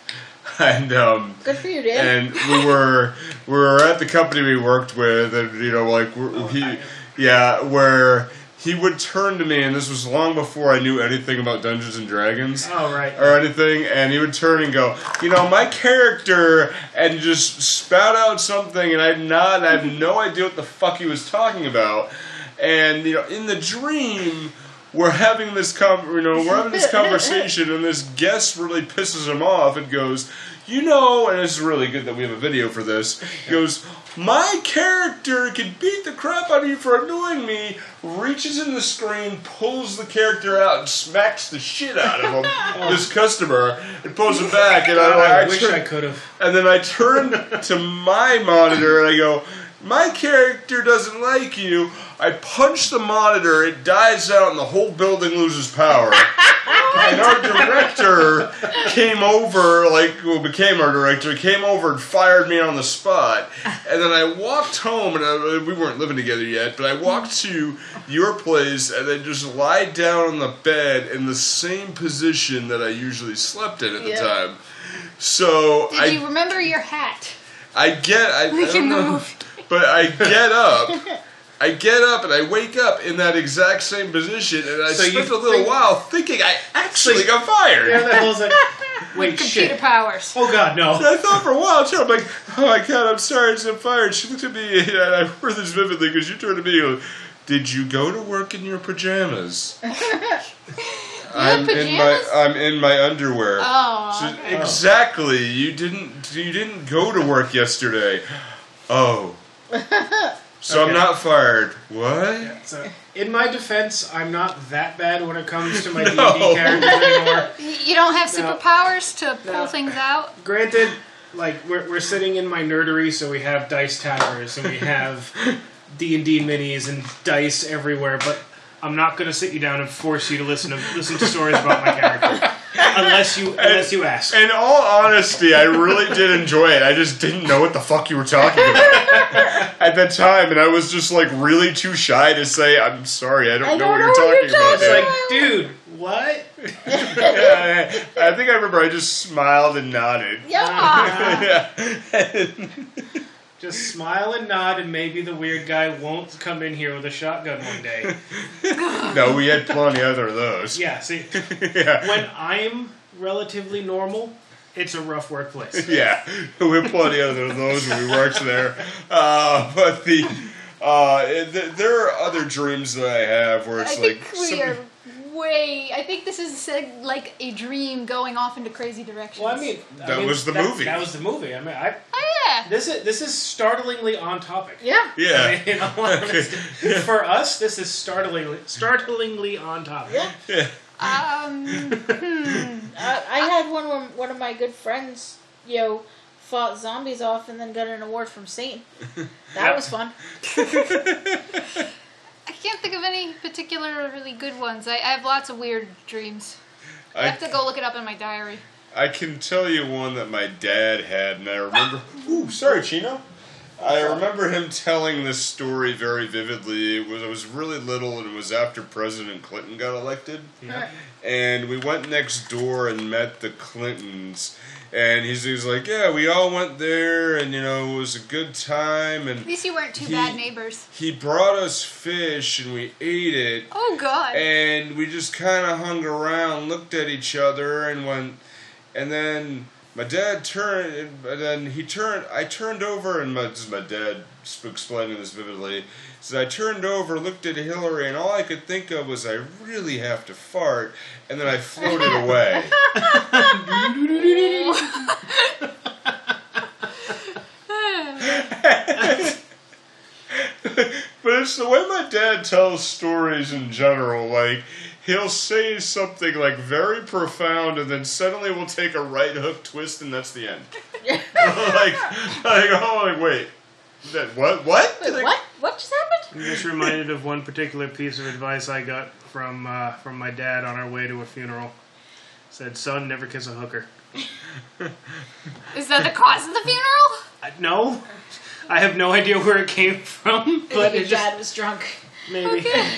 Speaker 2: And, um,
Speaker 4: Good for you, Dan.
Speaker 2: and we were we were at the company we worked with, and you know, like we're, he, yeah, where he would turn to me, and this was long before I knew anything about Dungeons and Dragons
Speaker 1: Oh right.
Speaker 2: or anything, and he would turn and go, you know, my character, and just spout out something, and I'd nod, and I have no idea what the fuck he was talking about, and you know, in the dream. We're having this com- you know, we're having this conversation, and this guest really pisses him off and goes, you know, and it's really good that we have a video for this. He goes, my character can beat the crap out of you for annoying me. Reaches in the screen, pulls the character out, and smacks the shit out of him. this customer and pulls him back, and
Speaker 1: God,
Speaker 2: I,
Speaker 1: I
Speaker 2: I
Speaker 1: wish
Speaker 2: turn-
Speaker 1: I could have.
Speaker 2: and then I turn to my monitor and I go, My character doesn't like you. I punch the monitor, it dies out, and the whole building loses power. and our director came over, like, who became our director, came over and fired me on the spot. And then I walked home, and I, we weren't living together yet, but I walked to your place and then just lied down on the bed in the same position that I usually slept in at the
Speaker 4: Yeah.
Speaker 2: time. So
Speaker 3: Did
Speaker 2: I
Speaker 3: you remember your hat?
Speaker 2: I get I, I
Speaker 3: Like
Speaker 2: don't
Speaker 3: in the
Speaker 2: know,
Speaker 3: movie.
Speaker 2: but I get up. I get up and I wake up in that exact same position, and I
Speaker 1: So you
Speaker 2: spent a little
Speaker 1: think-
Speaker 2: while thinking I actually got fired.
Speaker 1: Yeah, that was like, wait,
Speaker 3: Computer
Speaker 1: shit.
Speaker 3: powers.
Speaker 1: Oh god,
Speaker 2: And
Speaker 1: no.
Speaker 2: I thought for a while too. I'm like, oh my god, I'm sorry, I'm fired. She looked at me, and I remember this vividly because you turned to me. and go, Did you go to work in your pajamas? I'm in my
Speaker 3: pajamas?
Speaker 2: I'm in my underwear.
Speaker 3: Oh.
Speaker 2: So- exactly. You didn't. You didn't go to work yesterday. Oh. So I'm
Speaker 1: Okay.
Speaker 2: not fired. What?
Speaker 1: So, in my defense, I'm not that bad when it comes to my D&D
Speaker 2: No.
Speaker 1: characters anymore.
Speaker 3: You don't have
Speaker 1: No.
Speaker 3: superpowers to pull
Speaker 1: No.
Speaker 3: things out?
Speaker 1: Granted, like we're, we're sitting in my nerdery, so we have dice towers and we have D and D minis and dice everywhere. But I'm not going to sit you down and force you to listen to listen to stories about my character, unless you unless you ask.
Speaker 2: In all honesty, I really did enjoy it. I just didn't know what the fuck you were talking about at that time, and I was just like really too shy to say I'm sorry. I don't,
Speaker 4: I
Speaker 2: know
Speaker 4: don't
Speaker 2: what
Speaker 4: know
Speaker 2: you're talking
Speaker 4: what you're
Speaker 2: about.
Speaker 4: talking
Speaker 1: It's like,
Speaker 2: dude."
Speaker 1: dude, what?
Speaker 2: Yeah, yeah. I think I remember. I just smiled and nodded.
Speaker 4: yeah.
Speaker 1: Just smile and nod, and maybe the weird guy won't come in here with a shotgun one day.
Speaker 2: No, we had plenty other of those.
Speaker 1: Yeah, see,
Speaker 2: yeah.
Speaker 1: when I'm relatively normal, it's a rough workplace.
Speaker 2: yeah, we had plenty of those when we worked there. Uh, but the uh, th- there are other dreams that I have where
Speaker 3: I
Speaker 2: it's
Speaker 3: think
Speaker 2: like
Speaker 3: we
Speaker 2: somebody-
Speaker 3: are way. I think this is said like a dream going off into crazy directions.
Speaker 1: Well, I mean, I
Speaker 2: That
Speaker 1: mean,
Speaker 2: was the
Speaker 1: that-
Speaker 2: movie.
Speaker 1: That was the movie. I mean, I
Speaker 3: Oh, yeah.
Speaker 1: This is this is startlingly on topic.
Speaker 4: yeah.
Speaker 1: I
Speaker 2: yeah.
Speaker 1: mean, in all honesty, For us, this is startlingly startlingly on topic.
Speaker 4: Yeah.
Speaker 2: yeah.
Speaker 3: Um,
Speaker 4: I, I had one where one of my good friends, you know, fought zombies off and then got an award from Satan. That
Speaker 1: Yep.
Speaker 4: was fun.
Speaker 3: I can't think of any particularly good ones. I, I have lots of weird dreams. I have
Speaker 2: I,
Speaker 3: to go look it up in my diary.
Speaker 2: I can tell you one that my dad had, and I remember. Ooh, sorry, Chino. I remember him telling this story very vividly. It was I was really little, and it was after President Clinton got elected.
Speaker 1: Yeah.
Speaker 2: And we went next door and met the Clintons. And he's, he's like, yeah, we all went there, and you know it was a good time.
Speaker 3: At
Speaker 2: And
Speaker 3: least you weren't too
Speaker 2: He-
Speaker 3: bad neighbors.
Speaker 2: he brought us fish, and we ate it.
Speaker 3: Oh god.
Speaker 2: Eh. and we just kind of hung around, looked at each other, and went. And then my dad turned, and then he turned. I turned over, and my, this is my dad sp- explaining this vividly. So I turned over, looked at Hillary, and all I could think of was, I really have to fart. And then I floated away. But it's the way my dad tells stories in general. Like, he'll say something like very profound, and then suddenly we'll take a right hook twist, and that's the end. like, like, oh, like, wait. That, what? What?
Speaker 4: Wait, what? What just happened?
Speaker 1: I'm just reminded of one particular piece of advice I got from uh, from my dad on our way to a funeral. Said, "Son, never kiss a hooker."
Speaker 3: Is that the cause of the funeral?
Speaker 1: I, no, I have no idea where it came from, but
Speaker 4: your
Speaker 1: it just
Speaker 4: dad was drunk.
Speaker 1: maybe,
Speaker 3: Okay.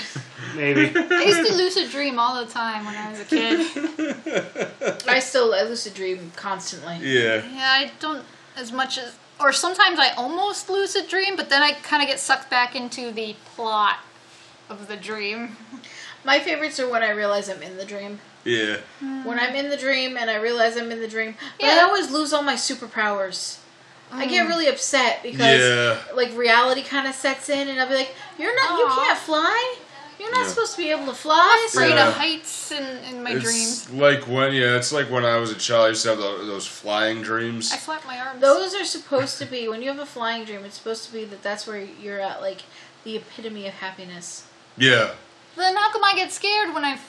Speaker 1: maybe.
Speaker 3: I used to lucid dream all the time when I was a kid.
Speaker 4: I still I lucid dream constantly.
Speaker 2: Yeah.
Speaker 3: Yeah, I don't as much as or sometimes I almost lucid dream, but then I kind of get sucked back into the plot of the dream.
Speaker 4: My favorites are when I realize I'm in the dream.
Speaker 2: Yeah.
Speaker 4: When I'm in the dream and I realize I'm in the dream, but I
Speaker 3: Yeah. Mm.
Speaker 4: always lose all my superpowers. I get really upset because
Speaker 2: Yeah.
Speaker 4: like reality kind of sets in, and I'll be like, "You're not,
Speaker 3: Aw.
Speaker 4: you can't fly. You're not
Speaker 2: Yeah.
Speaker 4: supposed to be able to fly." So
Speaker 3: Afraid
Speaker 2: Yeah.
Speaker 3: of heights in, in my
Speaker 2: it's
Speaker 3: dreams.
Speaker 2: like when yeah, it's like when I was a child. I used to have tho- those flying dreams.
Speaker 3: I flap my arms.
Speaker 4: those are supposed to be when you have a flying dream. It's supposed to be that that's where you're at, like the epitome of happiness.
Speaker 2: Yeah,
Speaker 3: Then how come I get scared when I?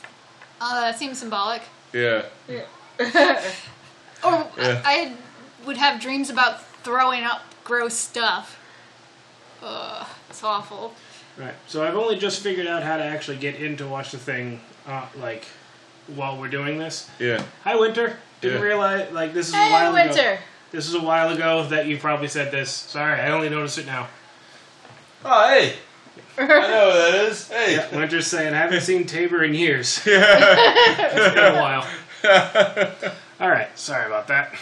Speaker 3: Uh, that seems symbolic.
Speaker 2: yeah,
Speaker 3: Or
Speaker 2: Yeah.
Speaker 3: I, I would have dreams about throwing up gross stuff. Ugh, it's awful.
Speaker 1: Right. So I've only just figured out how to actually get in to watch the thing, uh, like while we're doing this.
Speaker 2: yeah.
Speaker 1: Hi, Winter. Didn't
Speaker 2: Yeah.
Speaker 1: realize like this is a
Speaker 4: Hey,
Speaker 1: while ago.
Speaker 4: Winter.
Speaker 1: This is a while ago that you probably said this. Sorry, I only noticed it now.
Speaker 2: Oh hey, I know what that is. Hey,
Speaker 1: Yeah, Winter's saying, I haven't seen Tabor in years.
Speaker 2: yeah.
Speaker 1: It's been a while. All right, sorry about that.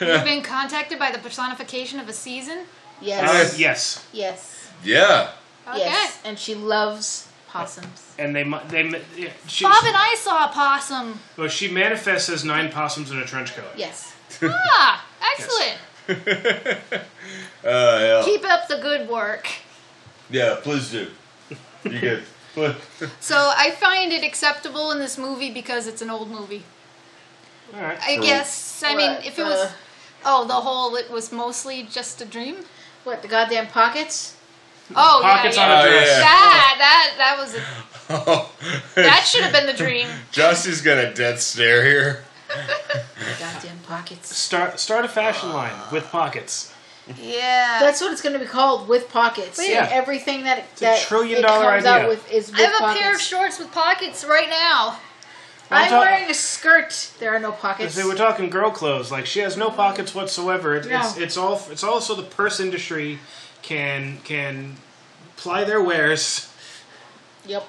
Speaker 3: You've been contacted by the personification of a season.
Speaker 1: Uh,
Speaker 4: Yes,
Speaker 1: yes,
Speaker 4: yes,
Speaker 2: yeah.
Speaker 3: Okay.
Speaker 4: yes, and she loves possums.
Speaker 1: and they mu- they ma- yeah, she,
Speaker 3: Bob and I saw a possum.
Speaker 1: well, she manifests as nine possums in a trench coat.
Speaker 4: Yes,
Speaker 3: Ah, excellent.
Speaker 2: Uh, yeah.
Speaker 3: Keep up the good work.
Speaker 2: yeah, please do. You good? Pl-
Speaker 3: So I find it acceptable in this movie because it's an old movie.
Speaker 1: All right.
Speaker 3: I
Speaker 2: True.
Speaker 3: guess. I mean,
Speaker 4: What,
Speaker 3: if it was,
Speaker 4: uh,
Speaker 3: oh, the whole it was mostly just a dream.
Speaker 4: what the goddamn pockets?
Speaker 3: Oh
Speaker 1: Pockets
Speaker 3: yeah,
Speaker 1: on
Speaker 3: yeah.
Speaker 2: Oh,
Speaker 1: a dress.
Speaker 2: yeah.
Speaker 3: That that that was a,
Speaker 2: oh,
Speaker 3: that should have been the dream.
Speaker 2: Justy's got a death stare here.
Speaker 4: Goddamn pockets.
Speaker 1: Start start a fashion line with pockets.
Speaker 3: Yeah.
Speaker 4: That's what it's going to be called with pockets.
Speaker 1: Yeah.
Speaker 4: And everything that it's
Speaker 1: a
Speaker 4: that
Speaker 1: trillion
Speaker 4: it
Speaker 1: dollar
Speaker 4: comes
Speaker 1: idea.
Speaker 4: out with is with
Speaker 3: I have a
Speaker 4: pockets.
Speaker 3: pair of shorts with pockets right now.
Speaker 1: I'm
Speaker 4: I'm
Speaker 1: talk-
Speaker 4: wearing a skirt. There are no pockets.
Speaker 1: So we're talking girl clothes. Like she has no pockets whatsoever. It, It's
Speaker 4: No.
Speaker 1: it's all it's also the purse industry can can ply their wares.
Speaker 4: Yep.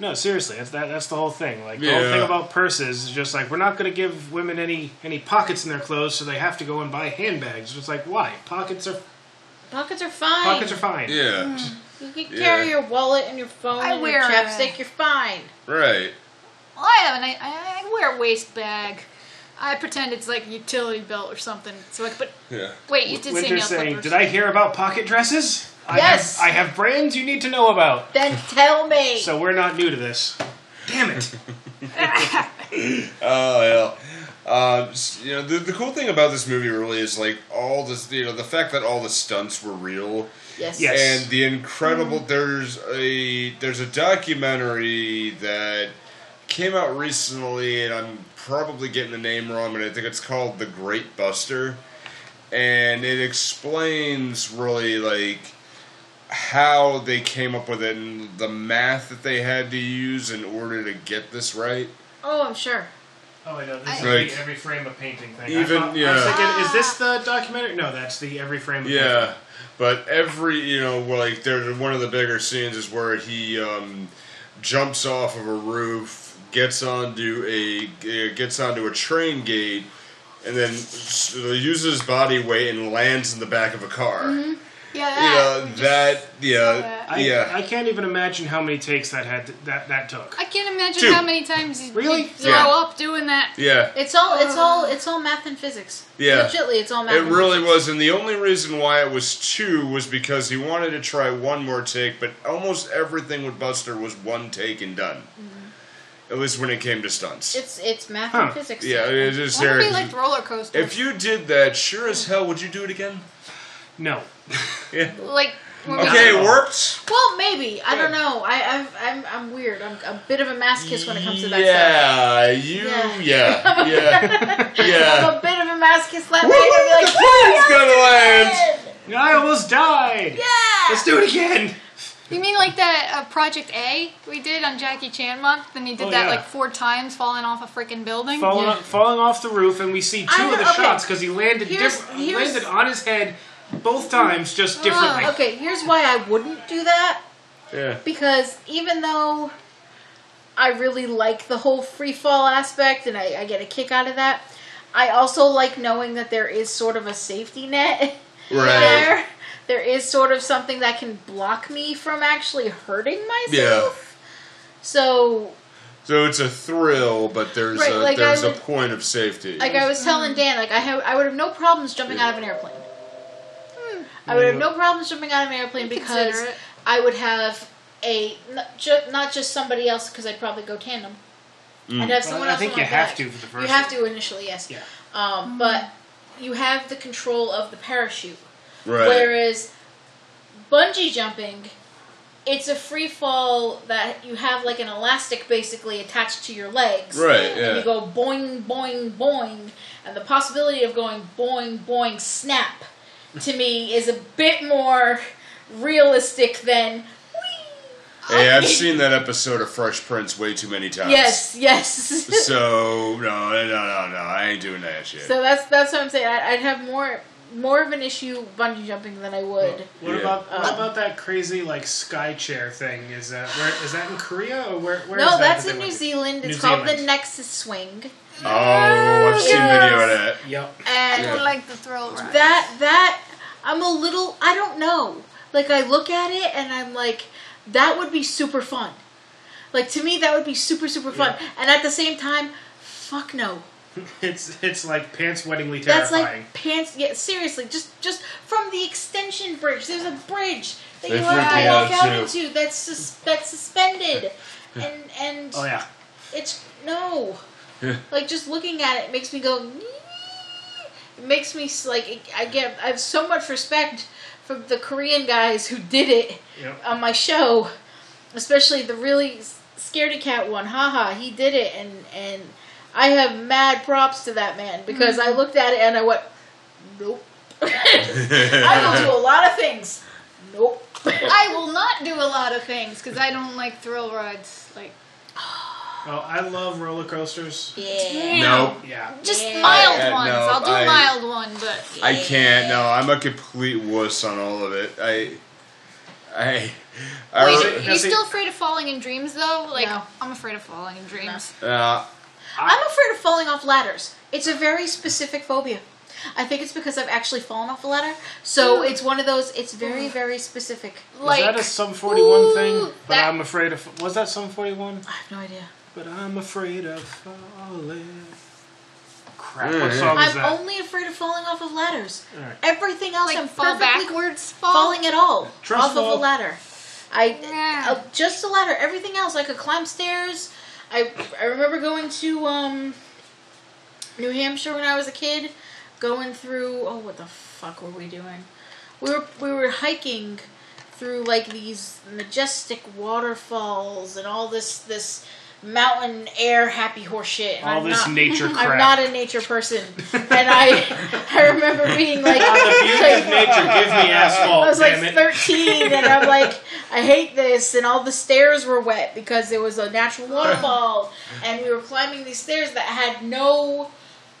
Speaker 1: No, seriously, that's that, that's the whole thing. Like the whole
Speaker 2: Yeah.
Speaker 1: thing about purses is just like we're not going to give women any any pockets in their clothes, so they have to go and buy handbags. It's like why? Pockets are
Speaker 4: Pockets are fine.
Speaker 1: pockets are fine.
Speaker 2: Yeah,
Speaker 4: You can
Speaker 2: Yeah.
Speaker 4: carry your wallet and your phone
Speaker 3: I
Speaker 4: and
Speaker 3: wear
Speaker 4: your
Speaker 3: a-
Speaker 4: chapstick. You're fine.
Speaker 2: right.
Speaker 3: Well, Oh, I have an I, I wear a waist bag. I pretend it's like a utility belt or something. So like, but
Speaker 2: Yeah.
Speaker 3: wait, you did say nail
Speaker 1: Winter's saying,
Speaker 3: clippers.
Speaker 1: "Did I hear about pocket dresses? I
Speaker 4: Yes.
Speaker 1: have, I have brands you need to know about."
Speaker 4: Then tell me.
Speaker 1: So we're not new to this. Damn it!
Speaker 2: Oh yeah. Um, s- you know the, the cool thing about this movie really is like all this you know the fact that all the stunts were real
Speaker 4: yes.
Speaker 1: Yes.
Speaker 2: and the incredible there's a there's a documentary that came out recently and I'm probably getting the name wrong but I think it's called The Great Buster and it explains really like how they came up with it and the math that they had to use in order to get this right
Speaker 4: Oh, I'm sure.
Speaker 1: Oh, I know. This is
Speaker 3: I-
Speaker 2: Like-
Speaker 1: the every frame of painting thing.
Speaker 2: Even-
Speaker 1: I thought, I was
Speaker 2: yeah.
Speaker 1: thinking, is this the documentary? No, that's the every frame of painting.
Speaker 2: Yeah, but every you know, well, like there, one of the bigger scenes is where he um, jumps off of a roof, gets onto a uh, gets onto a train gate, and then s- uses his body weight and lands in the back of a car. You
Speaker 3: Yeah, that.
Speaker 2: know
Speaker 3: we just-
Speaker 2: that, yeah,
Speaker 3: that.
Speaker 1: I,
Speaker 2: yeah.
Speaker 1: Ah. I can't even imagine how many takes that had that that took.
Speaker 3: I can't imagine
Speaker 2: Dude.
Speaker 3: how many times you
Speaker 1: Really?
Speaker 3: you throw
Speaker 2: Yeah.
Speaker 3: up doing that.
Speaker 2: yeah,
Speaker 4: It's all it's all it's all math and physics.
Speaker 2: Yeah.
Speaker 4: Legitly, it's all math.
Speaker 2: it
Speaker 4: and
Speaker 2: really
Speaker 4: physics.
Speaker 2: was, and the only reason why it was two was because he wanted to try one more take, but almost everything with Buster was one take and done. At least when it came to stunts.
Speaker 4: It's it's math
Speaker 1: Huh.
Speaker 4: and physics.
Speaker 2: Yeah, it is
Speaker 3: Wouldn't it
Speaker 2: serious.
Speaker 3: be like roller coaster?
Speaker 2: if you did that, sure as hell, would you do it again?
Speaker 1: No.
Speaker 2: Yeah.
Speaker 3: like
Speaker 4: Oh,
Speaker 3: when we-
Speaker 2: Okay, it worked.
Speaker 4: Well, maybe I don't know. I I'm I'm, I'm weird. I'm a bit of a masochist when it comes to that stuff.
Speaker 2: yeah, you,
Speaker 4: Yeah.
Speaker 2: yeah, yeah, yeah.
Speaker 4: I'm a bit of a masochist. Let me
Speaker 2: Woo,
Speaker 4: be
Speaker 2: the
Speaker 4: like,
Speaker 2: plane's gonna land.
Speaker 1: No, I almost died.
Speaker 4: yeah.
Speaker 1: Let's do it again.
Speaker 3: you mean like that uh, Project A we did on Jackie Chan month, and he did
Speaker 1: Oh,
Speaker 3: that
Speaker 1: yeah.
Speaker 3: like four times, falling off a freaking building.
Speaker 1: Falling,
Speaker 4: Yeah.
Speaker 1: off, falling off the roof, and we see two
Speaker 4: I
Speaker 1: of the
Speaker 4: know- okay.
Speaker 1: shots because he landed
Speaker 4: Here's-
Speaker 1: diff-
Speaker 4: here's- Oh,
Speaker 1: landed on his head both times, just differently.
Speaker 4: Uh, Okay, here's why I wouldn't do that.
Speaker 2: Yeah.
Speaker 4: because even though I really like the whole free fall aspect and I, I get a kick out of that, I also like knowing that there is sort of a safety net
Speaker 2: Right.
Speaker 4: there. There is sort of something that can block me from actually hurting myself. So,
Speaker 2: So it's a thrill, but there's
Speaker 4: Right,
Speaker 2: a
Speaker 4: like I
Speaker 2: there's a
Speaker 4: would-
Speaker 2: point of safety.
Speaker 4: like I was telling Dan, like I have, I would have no problems jumping out of an airplane.
Speaker 1: Hmm.
Speaker 4: I would have no problems jumping out of an airplane because
Speaker 3: consider it.
Speaker 4: I would have a not, ju- not just somebody else because I'd probably go tandem. I'd have someone
Speaker 1: I
Speaker 4: else.
Speaker 1: think
Speaker 4: on
Speaker 1: you
Speaker 4: my
Speaker 1: have
Speaker 4: back.
Speaker 1: to for the first
Speaker 4: You have to initially, yes.
Speaker 1: Yeah. Mm-hmm.
Speaker 4: Um, but you have the control of the parachute,
Speaker 2: right.
Speaker 4: whereas bungee jumping, it's a free fall that you have like an elastic basically attached to your legs.
Speaker 2: Right,
Speaker 4: And
Speaker 2: yeah.
Speaker 4: you go boing, boing, boing, and the possibility of going boing, boing, snap, to me is a bit more realistic than.
Speaker 2: hey, I've seen that episode of Fresh Prince way too many times.
Speaker 4: Yes, yes.
Speaker 2: So no, no, no, no, I ain't doing that shit.
Speaker 4: So that's that's what I'm saying. I, I'd have more more of an issue bungee jumping than I would.
Speaker 1: What
Speaker 2: Yeah.
Speaker 1: about uh, what about that crazy like sky chair thing? Is that where is that in Korea or where? where is
Speaker 4: no,
Speaker 1: that
Speaker 4: that's
Speaker 1: that
Speaker 4: in
Speaker 1: they
Speaker 4: New
Speaker 1: went to?
Speaker 4: Zealand. It's
Speaker 1: New
Speaker 4: called the
Speaker 1: Zealand.
Speaker 4: Nexus Swing,
Speaker 2: oh, I've seen video of that.
Speaker 1: Yep.
Speaker 4: and
Speaker 3: I would like the thrill ride.
Speaker 4: that that I'm a little I don't know. Like I look at it and I'm like, that would be super fun. Like to me, that would be super super fun. And at the same time, fuck no.
Speaker 1: It's it's like pants wettingly
Speaker 4: That's
Speaker 1: terrifying.
Speaker 4: like pants. Yeah, seriously, just just from the extension bridge. There's a bridge that
Speaker 2: They
Speaker 4: you have
Speaker 2: freak me
Speaker 4: to walk
Speaker 2: out,
Speaker 4: out,
Speaker 2: too.
Speaker 4: into. That's sus- that's suspended, and and
Speaker 1: oh yeah.
Speaker 4: it's no. like just looking at it makes me go. It makes me s- like I get I have so much respect for the Korean guys who did it
Speaker 1: Yep.
Speaker 4: on my show, especially the really s- scaredy cat one. Haha, he did it, and and I have mad props to that man because I looked at it and I went, nope. I will do a lot of things. Nope.
Speaker 3: I will not do a lot of things because I don't like thrill rides. Like
Speaker 1: Oh, I love roller coasters.
Speaker 4: yeah.
Speaker 3: damn.
Speaker 2: Nope.
Speaker 1: Yeah.
Speaker 3: Just
Speaker 4: Yeah.
Speaker 3: mild
Speaker 2: I- uh,
Speaker 3: ones.
Speaker 2: no,
Speaker 3: I'll do
Speaker 2: I-
Speaker 3: mild one, but
Speaker 2: I can't. No, I'm a complete wuss on all of it. I, I, I.
Speaker 3: Wait,
Speaker 1: re-
Speaker 3: are you
Speaker 1: see-
Speaker 3: still afraid of falling in dreams though? Like
Speaker 4: No.
Speaker 3: I'm afraid of falling in dreams.
Speaker 2: uh,
Speaker 4: I'm afraid of falling off ladders. It's a very specific phobia. I think it's because I've actually fallen off a ladder. So it's one of those, it's very, very specific.
Speaker 1: was
Speaker 3: Like
Speaker 1: Hmm. that a Sum 41
Speaker 3: ooh,
Speaker 1: thing? But
Speaker 3: that-
Speaker 1: I'm afraid of. Was that Sum 41?
Speaker 4: I have no idea.
Speaker 1: But I'm afraid of falling. Crap. What song is
Speaker 4: I'm
Speaker 1: that?
Speaker 4: only afraid of falling off of ladders.
Speaker 1: Alright.
Speaker 4: Everything else,
Speaker 3: like
Speaker 4: I'm
Speaker 3: fall
Speaker 4: perfectly
Speaker 3: backwards, fall.
Speaker 4: falling at all
Speaker 1: Trust
Speaker 4: off
Speaker 1: fall.
Speaker 4: of a ladder. I
Speaker 3: Yeah.
Speaker 4: uh, just a ladder. Everything else, I could climb stairs. I I remember going to um, New Hampshire when I was a kid, going through. Oh, what the fuck were we doing? We were we were hiking through like these majestic waterfalls and all this this mountain air happy horse shit. and
Speaker 5: All
Speaker 4: I'm
Speaker 5: this
Speaker 4: not,
Speaker 5: nature crap.
Speaker 4: I'm not a nature person, and I I remember being like,
Speaker 1: Give nature, give me asphalt.
Speaker 4: I was like
Speaker 1: Oh, damn it.
Speaker 4: 13, and I'm like, I hate this. And all the stairs were wet because there was a natural waterfall, and we were climbing these stairs that had no,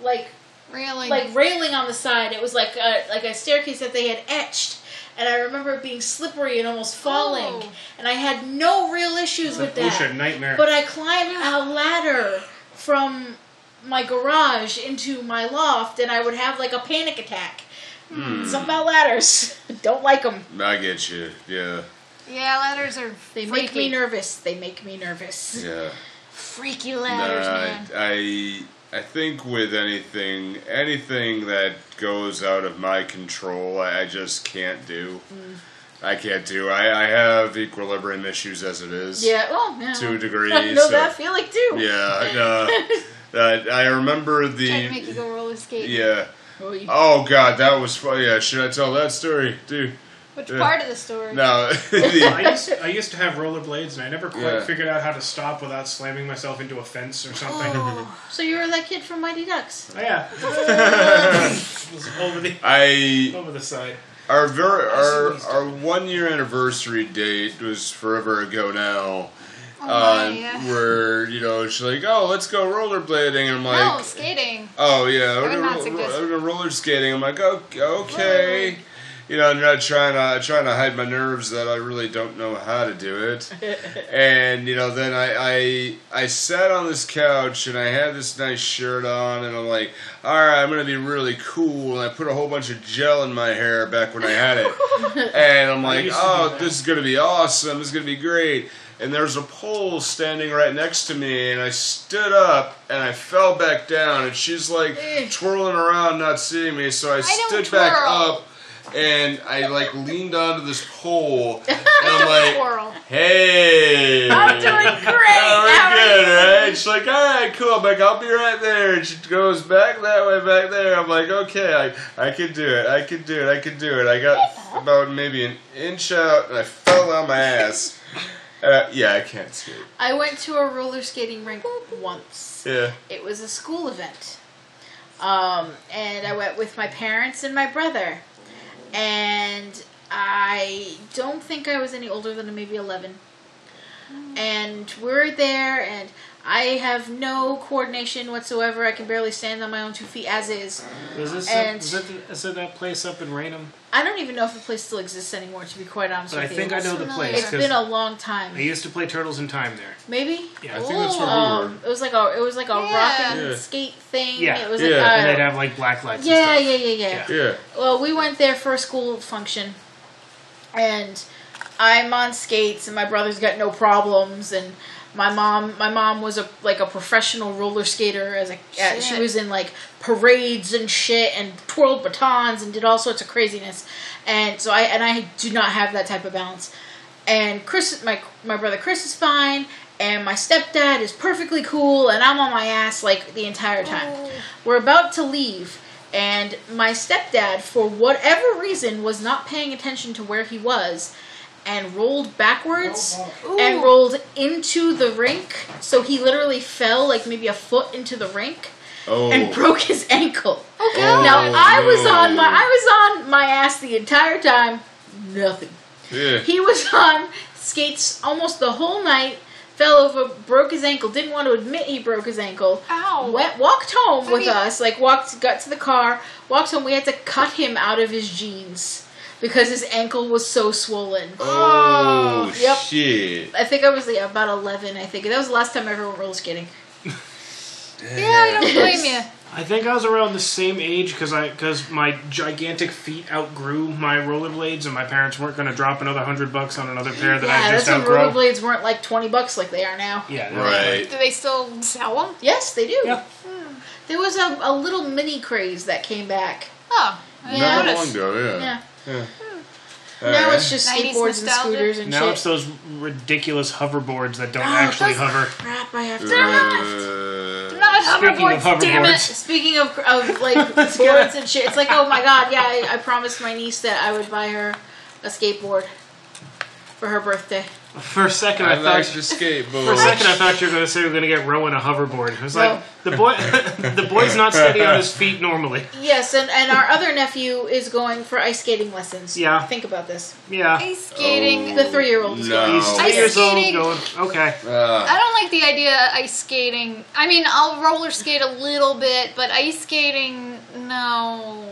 Speaker 4: like,
Speaker 3: Really?
Speaker 4: like railing on the side. It was like a, like a staircase that they had etched. And I remember it being slippery and almost falling.
Speaker 3: Oh.
Speaker 4: And I had no real issues with that.
Speaker 1: OSHA nightmare.
Speaker 4: But I climbed a ladder from my garage into my loft, and I would have like a panic attack.
Speaker 1: Hmm.
Speaker 4: Something about ladders. Don't like them.
Speaker 2: I get you. Yeah,
Speaker 3: yeah, ladders are
Speaker 4: They
Speaker 3: freaky.
Speaker 4: make me nervous. They make me nervous.
Speaker 2: yeah.
Speaker 3: freaky
Speaker 2: Nah,
Speaker 3: ladders,
Speaker 2: I,
Speaker 3: man.
Speaker 2: I I think with anything anything that goes out of my control, I I just can't do. I can't do. I, I have equilibrium issues as it is.
Speaker 4: Yeah. Well, yeah.
Speaker 2: To a degree.
Speaker 4: I know
Speaker 2: so-
Speaker 4: that feeling too.
Speaker 2: Yeah. Uh, uh, I remember
Speaker 3: Trying to make you
Speaker 2: the.
Speaker 3: go roller skate.
Speaker 2: Yeah.
Speaker 4: Oh, you-
Speaker 2: Oh God, that was funny. Yeah, should I tell that story, dude?
Speaker 3: Which
Speaker 2: Yeah.
Speaker 3: part of the story?
Speaker 2: No. the-
Speaker 1: I used, I used to have rollerblades and I never quite
Speaker 2: Yeah.
Speaker 1: figured out how to stop without slamming myself into a fence or something.
Speaker 3: Oh,
Speaker 4: So you were that kid from Mighty Ducks.
Speaker 1: Yeah. It was over the
Speaker 2: I
Speaker 1: over the side.
Speaker 2: our very our
Speaker 1: That's
Speaker 2: our one year anniversary date was forever ago now.
Speaker 3: oh
Speaker 2: uh,
Speaker 3: my, yeah.
Speaker 2: Where you know she's like, oh, let's go rollerblading, and I'm like,
Speaker 3: no, skating.
Speaker 2: oh yeah, we're
Speaker 3: would
Speaker 2: gonna,
Speaker 3: not
Speaker 2: ro-
Speaker 3: suggest-
Speaker 2: we're gonna roller skating. I'm like, oh, okay. You know, I'm not trying to trying to hide my nerves that I really don't know how to do it. and you know, then I, I I sat on this couch and I had this nice shirt on, and I'm like, all right, I'm gonna be really cool. And I put a whole bunch of gel in my hair back when I had it, and I'm like,
Speaker 1: used to do
Speaker 2: oh,
Speaker 1: that.
Speaker 2: this is gonna be awesome. This is gonna be great. And there's a pole standing right next to me, and I stood up and I fell back down, and she's like
Speaker 4: Eh.
Speaker 2: twirling around, not seeing me. So I,
Speaker 3: don't
Speaker 2: stood back
Speaker 3: twirl.
Speaker 2: up. And I like leaned onto this pole, and I'm like,
Speaker 3: Twirl.
Speaker 2: Hey.
Speaker 4: I'm doing great.
Speaker 2: Oh, we're
Speaker 4: How are
Speaker 2: good,
Speaker 4: you?
Speaker 2: right? She's like, all right, cool. I'm like, I'll be right there. And she goes back that way, back there. I'm like, okay, I, I can do it. I can do it. I can do it. I got about maybe an inch out, and I fell on my ass. Uh, yeah, I can't skate.
Speaker 4: I went to a roller skating rink once.
Speaker 2: Yeah.
Speaker 4: It was a school event. Um, and I went with my parents and my brother. And I don't think I was any older than maybe 11. And we're there, and I have no coordination whatsoever. I can barely stand on my own two feet as is.
Speaker 1: Was this
Speaker 4: And-
Speaker 1: is, it, is it that place up in Raynham?
Speaker 4: I don't even know if the place still exists anymore, to be quite honest
Speaker 1: But I
Speaker 4: with
Speaker 1: think
Speaker 4: you.
Speaker 1: I know the
Speaker 3: familiar.
Speaker 1: place
Speaker 4: it's
Speaker 1: because
Speaker 4: been
Speaker 1: I
Speaker 4: a long time.
Speaker 1: used to play Turtles in Time there.
Speaker 4: Maybe?
Speaker 1: Yeah, I
Speaker 2: think that's where we
Speaker 4: Um, it was like a it was like a
Speaker 3: Yeah.
Speaker 4: rock and
Speaker 2: Yeah.
Speaker 4: skate thing.
Speaker 1: Yeah.
Speaker 4: It was
Speaker 2: Yeah.
Speaker 1: And
Speaker 4: like
Speaker 1: they'd
Speaker 4: a,
Speaker 1: have like black lights.
Speaker 4: yeah, yeah,
Speaker 1: and stuff.
Speaker 4: yeah, yeah,
Speaker 2: Yeah.
Speaker 4: Well, we went there for a school function, and I'm on skates, and my brother's got no problems, and my mom, my mom was a like a professional roller skater as a uh, she
Speaker 3: Shit.
Speaker 4: was in like parades and shit and twirled batons and did all sorts of craziness, and so I and I do not have that type of balance, and Chris, my my brother Chris is fine. And my stepdad is perfectly cool, and I'm on my ass like the entire time.
Speaker 2: Oh.
Speaker 4: We're about to leave, and my stepdad, for whatever reason, was not paying attention to where he was and rolled backwards
Speaker 2: Oh,
Speaker 4: and
Speaker 3: Ooh.
Speaker 4: rolled into the rink. So he literally fell like maybe a foot into the rink
Speaker 2: Oh.
Speaker 4: and broke his ankle.
Speaker 3: Oh
Speaker 2: Oh,
Speaker 3: god.
Speaker 4: Now I was
Speaker 2: no.
Speaker 4: on my I was on my ass the entire time. Nothing.
Speaker 2: Yeah.
Speaker 4: He was on skates almost the whole night. Fell over, broke his ankle. Didn't want to admit he broke his ankle
Speaker 3: Ow.
Speaker 4: went walked home
Speaker 3: Oh. I
Speaker 4: with
Speaker 3: mean-
Speaker 4: us like walked got to the car walked home we had to cut him out of his jeans because his ankle was so swollen
Speaker 2: Oh,
Speaker 4: Yep.
Speaker 2: shit.
Speaker 4: i think i was yeah, about 11 i think that was the last time i ever went roller skating
Speaker 3: Yeah, I don't blame you.
Speaker 1: I think I was around the same age because I because my gigantic feet outgrew my rollerblades, and my parents weren't going to drop another hundred bucks on another pair that
Speaker 4: yeah
Speaker 1: I
Speaker 4: that's
Speaker 1: just
Speaker 4: when
Speaker 1: outgrew.
Speaker 4: rollerblades weren't like 20 bucks like they are now
Speaker 1: yeah, they were
Speaker 2: Right.
Speaker 3: Do they still sell them?
Speaker 4: yes they do
Speaker 1: Yeah.
Speaker 4: there was a, a little mini craze that came back
Speaker 3: Oh. I
Speaker 4: Yeah.
Speaker 2: Not long
Speaker 3: didn't notice.
Speaker 2: ago, yeah.
Speaker 4: yeah
Speaker 2: All
Speaker 4: now
Speaker 2: right.
Speaker 4: it's just
Speaker 3: 90s
Speaker 4: skateboards and
Speaker 3: nostalgia.
Speaker 4: scooters and
Speaker 1: Now
Speaker 4: shit
Speaker 1: it's those ridiculous hoverboards that don't
Speaker 4: Oh,
Speaker 1: actually
Speaker 4: those-
Speaker 1: hover.
Speaker 4: crap i have to
Speaker 2: Uh,
Speaker 3: Not
Speaker 1: Speaking
Speaker 3: hoverboards,
Speaker 1: of
Speaker 3: damn
Speaker 1: hoverboards.
Speaker 3: it.
Speaker 4: Speaking of, of like boards and shit, it's like, oh my god, yeah, I, I promised my niece that I would buy her a skateboard. for her birthday.
Speaker 1: For a second, I,
Speaker 2: I like
Speaker 1: thought.
Speaker 2: to skateboard.
Speaker 1: For a second, I thought you were going to say we are going to get Rowan a hoverboard. It was
Speaker 4: No.
Speaker 1: like the boy, the boy's not steady on his feet normally.
Speaker 4: Yes, and, and our other nephew is going for ice skating lessons.
Speaker 1: Yeah. Oh,
Speaker 4: Think about this.
Speaker 1: Yeah,
Speaker 3: Ice skating.
Speaker 4: The three-year-old is
Speaker 2: No.
Speaker 1: he's three
Speaker 3: Ice
Speaker 1: years old.
Speaker 3: skating.
Speaker 1: Going okay.
Speaker 2: Uh,
Speaker 3: I don't like the idea of ice skating. I mean, I'll roller skate a little bit, but ice skating, no.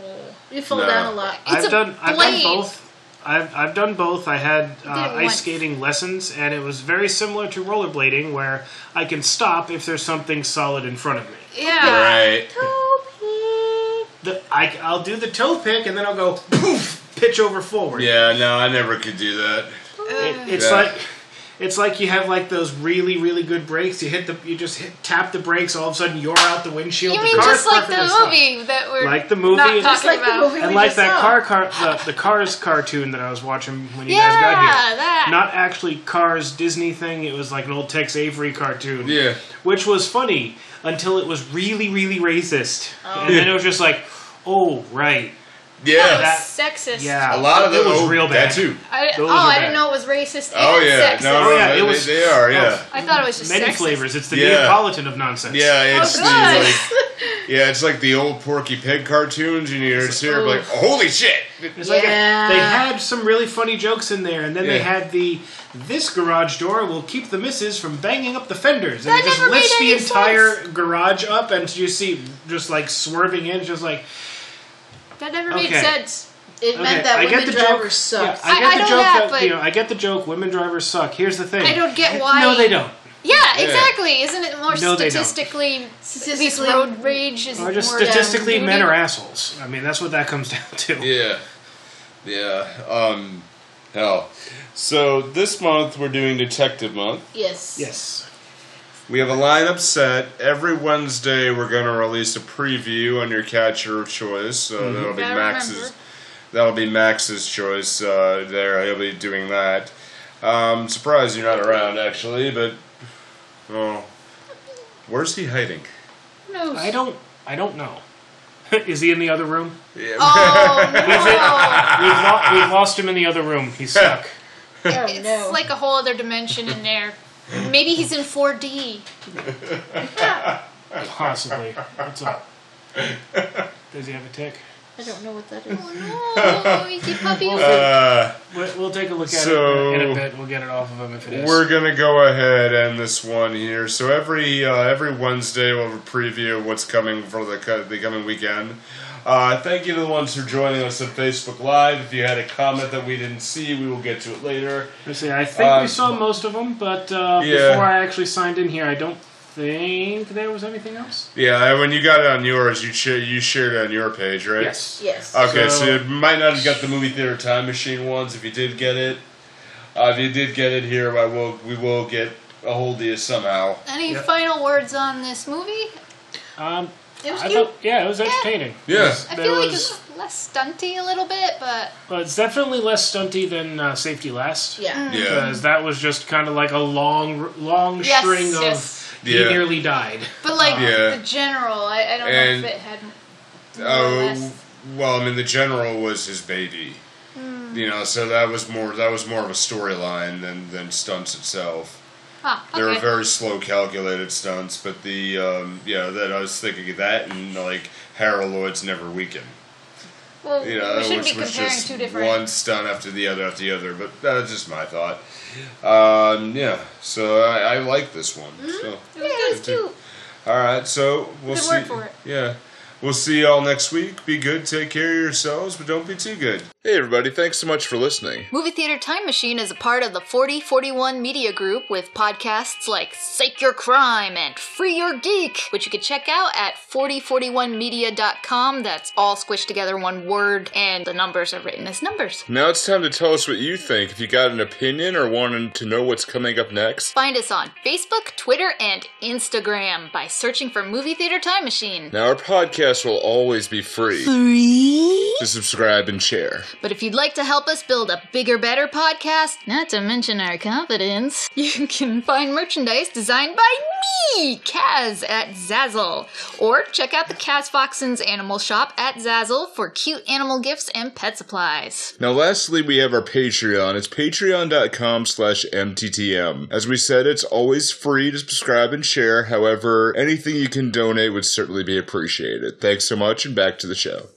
Speaker 4: You fall
Speaker 2: No.
Speaker 4: down a lot.
Speaker 1: I've
Speaker 3: It's a
Speaker 1: done. I've
Speaker 3: blade.
Speaker 1: done both. I've, I've done both. I had uh,
Speaker 3: it
Speaker 1: ice
Speaker 3: once.
Speaker 1: skating lessons, and it was very similar to rollerblading, where I can stop if there's something solid in front of me.
Speaker 3: Yeah.
Speaker 2: right.
Speaker 1: The, I, I'll do the toe pick, and then I'll go poof, pitch over forward.
Speaker 2: Yeah, no, I never could do that.
Speaker 1: It, it's
Speaker 2: Yeah.
Speaker 1: like it's like you have like those really really good brakes. You hit the you just hit, tap the brakes. All of a sudden you're out the windshield.
Speaker 3: You
Speaker 1: the
Speaker 3: mean
Speaker 1: car's
Speaker 3: just like
Speaker 1: perfect
Speaker 3: the
Speaker 1: and stuff.
Speaker 3: movie that we're
Speaker 1: Like the movie,
Speaker 3: not
Speaker 1: just
Speaker 3: talking
Speaker 4: like the
Speaker 3: about.
Speaker 4: movie.
Speaker 1: And
Speaker 4: we
Speaker 1: like
Speaker 4: just
Speaker 1: that
Speaker 4: saw.
Speaker 1: car, car the, the Cars cartoon that I was watching when you
Speaker 3: Yeah,
Speaker 1: guys got here.
Speaker 3: that.
Speaker 1: Not actually Cars Disney thing. It was like an old Tex Avery cartoon.
Speaker 2: Yeah.
Speaker 1: Which was funny until it was really really racist, and then it was just like, oh right,
Speaker 2: Yeah.
Speaker 1: That-
Speaker 3: sexist.
Speaker 1: yeah.
Speaker 2: A lot of
Speaker 1: it
Speaker 2: the
Speaker 1: was
Speaker 2: oh,
Speaker 1: real bad.
Speaker 2: That too.
Speaker 3: I, oh,
Speaker 1: Those are
Speaker 3: I
Speaker 1: bad.
Speaker 3: didn't know it was racist.
Speaker 2: Oh
Speaker 3: and
Speaker 2: yeah,
Speaker 3: sexist.
Speaker 2: no,
Speaker 1: Oh, yeah,
Speaker 2: no,
Speaker 1: it
Speaker 2: they,
Speaker 1: was-
Speaker 2: they are.
Speaker 1: oh.
Speaker 2: Yeah,
Speaker 3: I thought it was just
Speaker 1: Many
Speaker 3: sexist.
Speaker 1: flavors. It's the
Speaker 2: Yeah.
Speaker 1: Neapolitan of nonsense.
Speaker 2: yeah, it's the,
Speaker 3: Oh, good.
Speaker 2: like yeah, it's like the old Porky Pig cartoons, and you're just here like, oh. holy shit!
Speaker 1: It's like a-
Speaker 4: Yeah.
Speaker 1: they had some really funny jokes in there, and then they
Speaker 2: Yeah.
Speaker 1: had the this garage door will keep the misses from banging up the fenders, and
Speaker 3: That
Speaker 1: it just
Speaker 3: never
Speaker 1: lifts
Speaker 3: made
Speaker 1: the
Speaker 3: any
Speaker 1: entire garage up, and you see just like swerving in, just like
Speaker 3: That never made
Speaker 1: Okay.
Speaker 3: sense.
Speaker 4: It
Speaker 1: okay,
Speaker 4: meant that
Speaker 1: I
Speaker 4: women
Speaker 1: get the
Speaker 4: drivers
Speaker 1: joke.
Speaker 4: sucked.
Speaker 1: Yeah, I
Speaker 3: I-
Speaker 1: get
Speaker 3: I
Speaker 1: the
Speaker 3: know
Speaker 1: joke
Speaker 3: that,
Speaker 1: that,
Speaker 3: but-
Speaker 1: you know, I get the joke. Women drivers suck. Here's the thing.
Speaker 3: I don't get why-
Speaker 1: No, they don't.
Speaker 3: Yeah, exactly. Isn't it more
Speaker 1: No, they don't.
Speaker 3: statistically? At least
Speaker 4: Statistically-
Speaker 3: road rage is
Speaker 1: Or just
Speaker 3: more
Speaker 1: statistically,
Speaker 3: down
Speaker 1: men
Speaker 3: duty.
Speaker 1: are assholes. I mean, that's what that comes down to.
Speaker 2: Yeah, yeah. Um, hell. So this month we're doing Detective Month.
Speaker 4: Yes.
Speaker 1: Yes.
Speaker 2: We have a lineup set. Every Wednesday, we're going to release a preview on your catcher of choice. So that'll be
Speaker 3: I
Speaker 2: Max's.
Speaker 3: remember.
Speaker 2: That'll be Max's choice. Uh, there, he'll be doing that. Um, surprised you're not around, actually. But oh, where's he hiding?
Speaker 3: No.
Speaker 1: I don't. I don't know. Is he in the other room?
Speaker 2: Yeah.
Speaker 3: Oh
Speaker 1: We've, lo- we've lost him in the other room. He's stuck.
Speaker 4: Oh,
Speaker 3: no!
Speaker 4: no.
Speaker 3: It's like a whole other dimension in there. Maybe he's in 4D.
Speaker 1: Possibly. What's up? Does he have a tick?
Speaker 4: I don't know what that is.
Speaker 3: Oh, easy puppy.
Speaker 2: Uh,
Speaker 1: We'll, we'll take a look at
Speaker 2: So-
Speaker 1: it in a bit. We'll get it off of him if it is.
Speaker 2: We're gonna go ahead and this one here. So every uh, every Wednesday we'll have a preview of what's coming for the co- the coming weekend. Uh, thank you to the ones who are joining us on Facebook Live. If you had a comment that we didn't see, we will get to it later.
Speaker 1: Let's see, I think
Speaker 2: Uh,
Speaker 1: we saw most of them, but uh,
Speaker 2: Yeah.
Speaker 1: before I actually signed in here, I don't think there was anything else.
Speaker 2: Yeah, and when you got it on yours, you sh- you shared it on your page, right?
Speaker 1: Yes.
Speaker 4: Yes.
Speaker 2: Okay, so,
Speaker 1: So-
Speaker 2: you might not have got the movie theater time machine ones if you did get it. Uh, if you did get it here, I will we will get a hold of you somehow.
Speaker 3: Any
Speaker 1: Yep.
Speaker 3: final words on this movie?
Speaker 1: Um,
Speaker 4: It was
Speaker 1: I
Speaker 4: cute.
Speaker 1: thought, yeah, it was entertaining.
Speaker 2: Yes.
Speaker 3: I
Speaker 1: There
Speaker 3: feel like
Speaker 1: was-
Speaker 3: it's less stunty a little bit, but
Speaker 1: But it's definitely less stunty than uh, Safety Last.
Speaker 2: Yeah.
Speaker 4: Yeah.
Speaker 1: Because that was just kind of like a long, long
Speaker 3: Yes,
Speaker 1: string of uh,
Speaker 3: yes.
Speaker 1: he
Speaker 2: Yeah.
Speaker 1: nearly died.
Speaker 3: but like
Speaker 2: Yeah.
Speaker 3: the general, I, I don't
Speaker 2: And-
Speaker 3: know if it had. more or
Speaker 2: Oh,
Speaker 3: less.
Speaker 2: well, I mean, the general was his baby.
Speaker 3: Hmm.
Speaker 2: You know, so that was more that was more of a storyline than than stunts itself.
Speaker 3: Huh,
Speaker 2: They were
Speaker 3: Ah, okay.
Speaker 2: very slow, calculated stunts, but the um, yeah, that I was thinking of that and like Harold Lloyd's Never Weaken.
Speaker 3: well,
Speaker 2: You know,
Speaker 3: we shouldn't be
Speaker 2: which was
Speaker 3: comparing
Speaker 2: just
Speaker 3: two different.
Speaker 2: one stunt after the other after the other. But that's just my thought. Um, yeah, so I, I like this one. So.
Speaker 3: Mm-hmm. It was good.
Speaker 2: cute. All right, so we'll
Speaker 3: Good
Speaker 2: see.
Speaker 3: word for it.
Speaker 2: Yeah. We'll see y'all next week. Be good, take care of yourselves, but don't be too good. Hey, everybody, thanks so much for listening.
Speaker 3: Movie Theater Time Machine is a part of the 4041 Media Group with podcasts like Sake Your Crime and Free Your Geek, which you can check out at 4041media.com. That's all squished together in one word, and the numbers are written as numbers.
Speaker 2: Now it's time to tell us what you think. If you got an opinion or wanted to know what's coming up next,
Speaker 3: Find us on Facebook, Twitter, and Instagram by searching for Movie Theater Time Machine.
Speaker 2: now our podcast will always be free. To subscribe and share.
Speaker 3: But if you'd like to help us build a bigger, better podcast, not to mention our confidence, you can find merchandise designed by me, Kaz at Zazzle. Or check out the Kaz Foxen's Animal Shop at Zazzle for cute animal gifts and pet supplies.
Speaker 2: Now, lastly, we have our Patreon. It's patreon.com slash mttm. As we said, it's always free to subscribe and share. However, anything you can donate would certainly be appreciated. Thanks so much, and back to the show.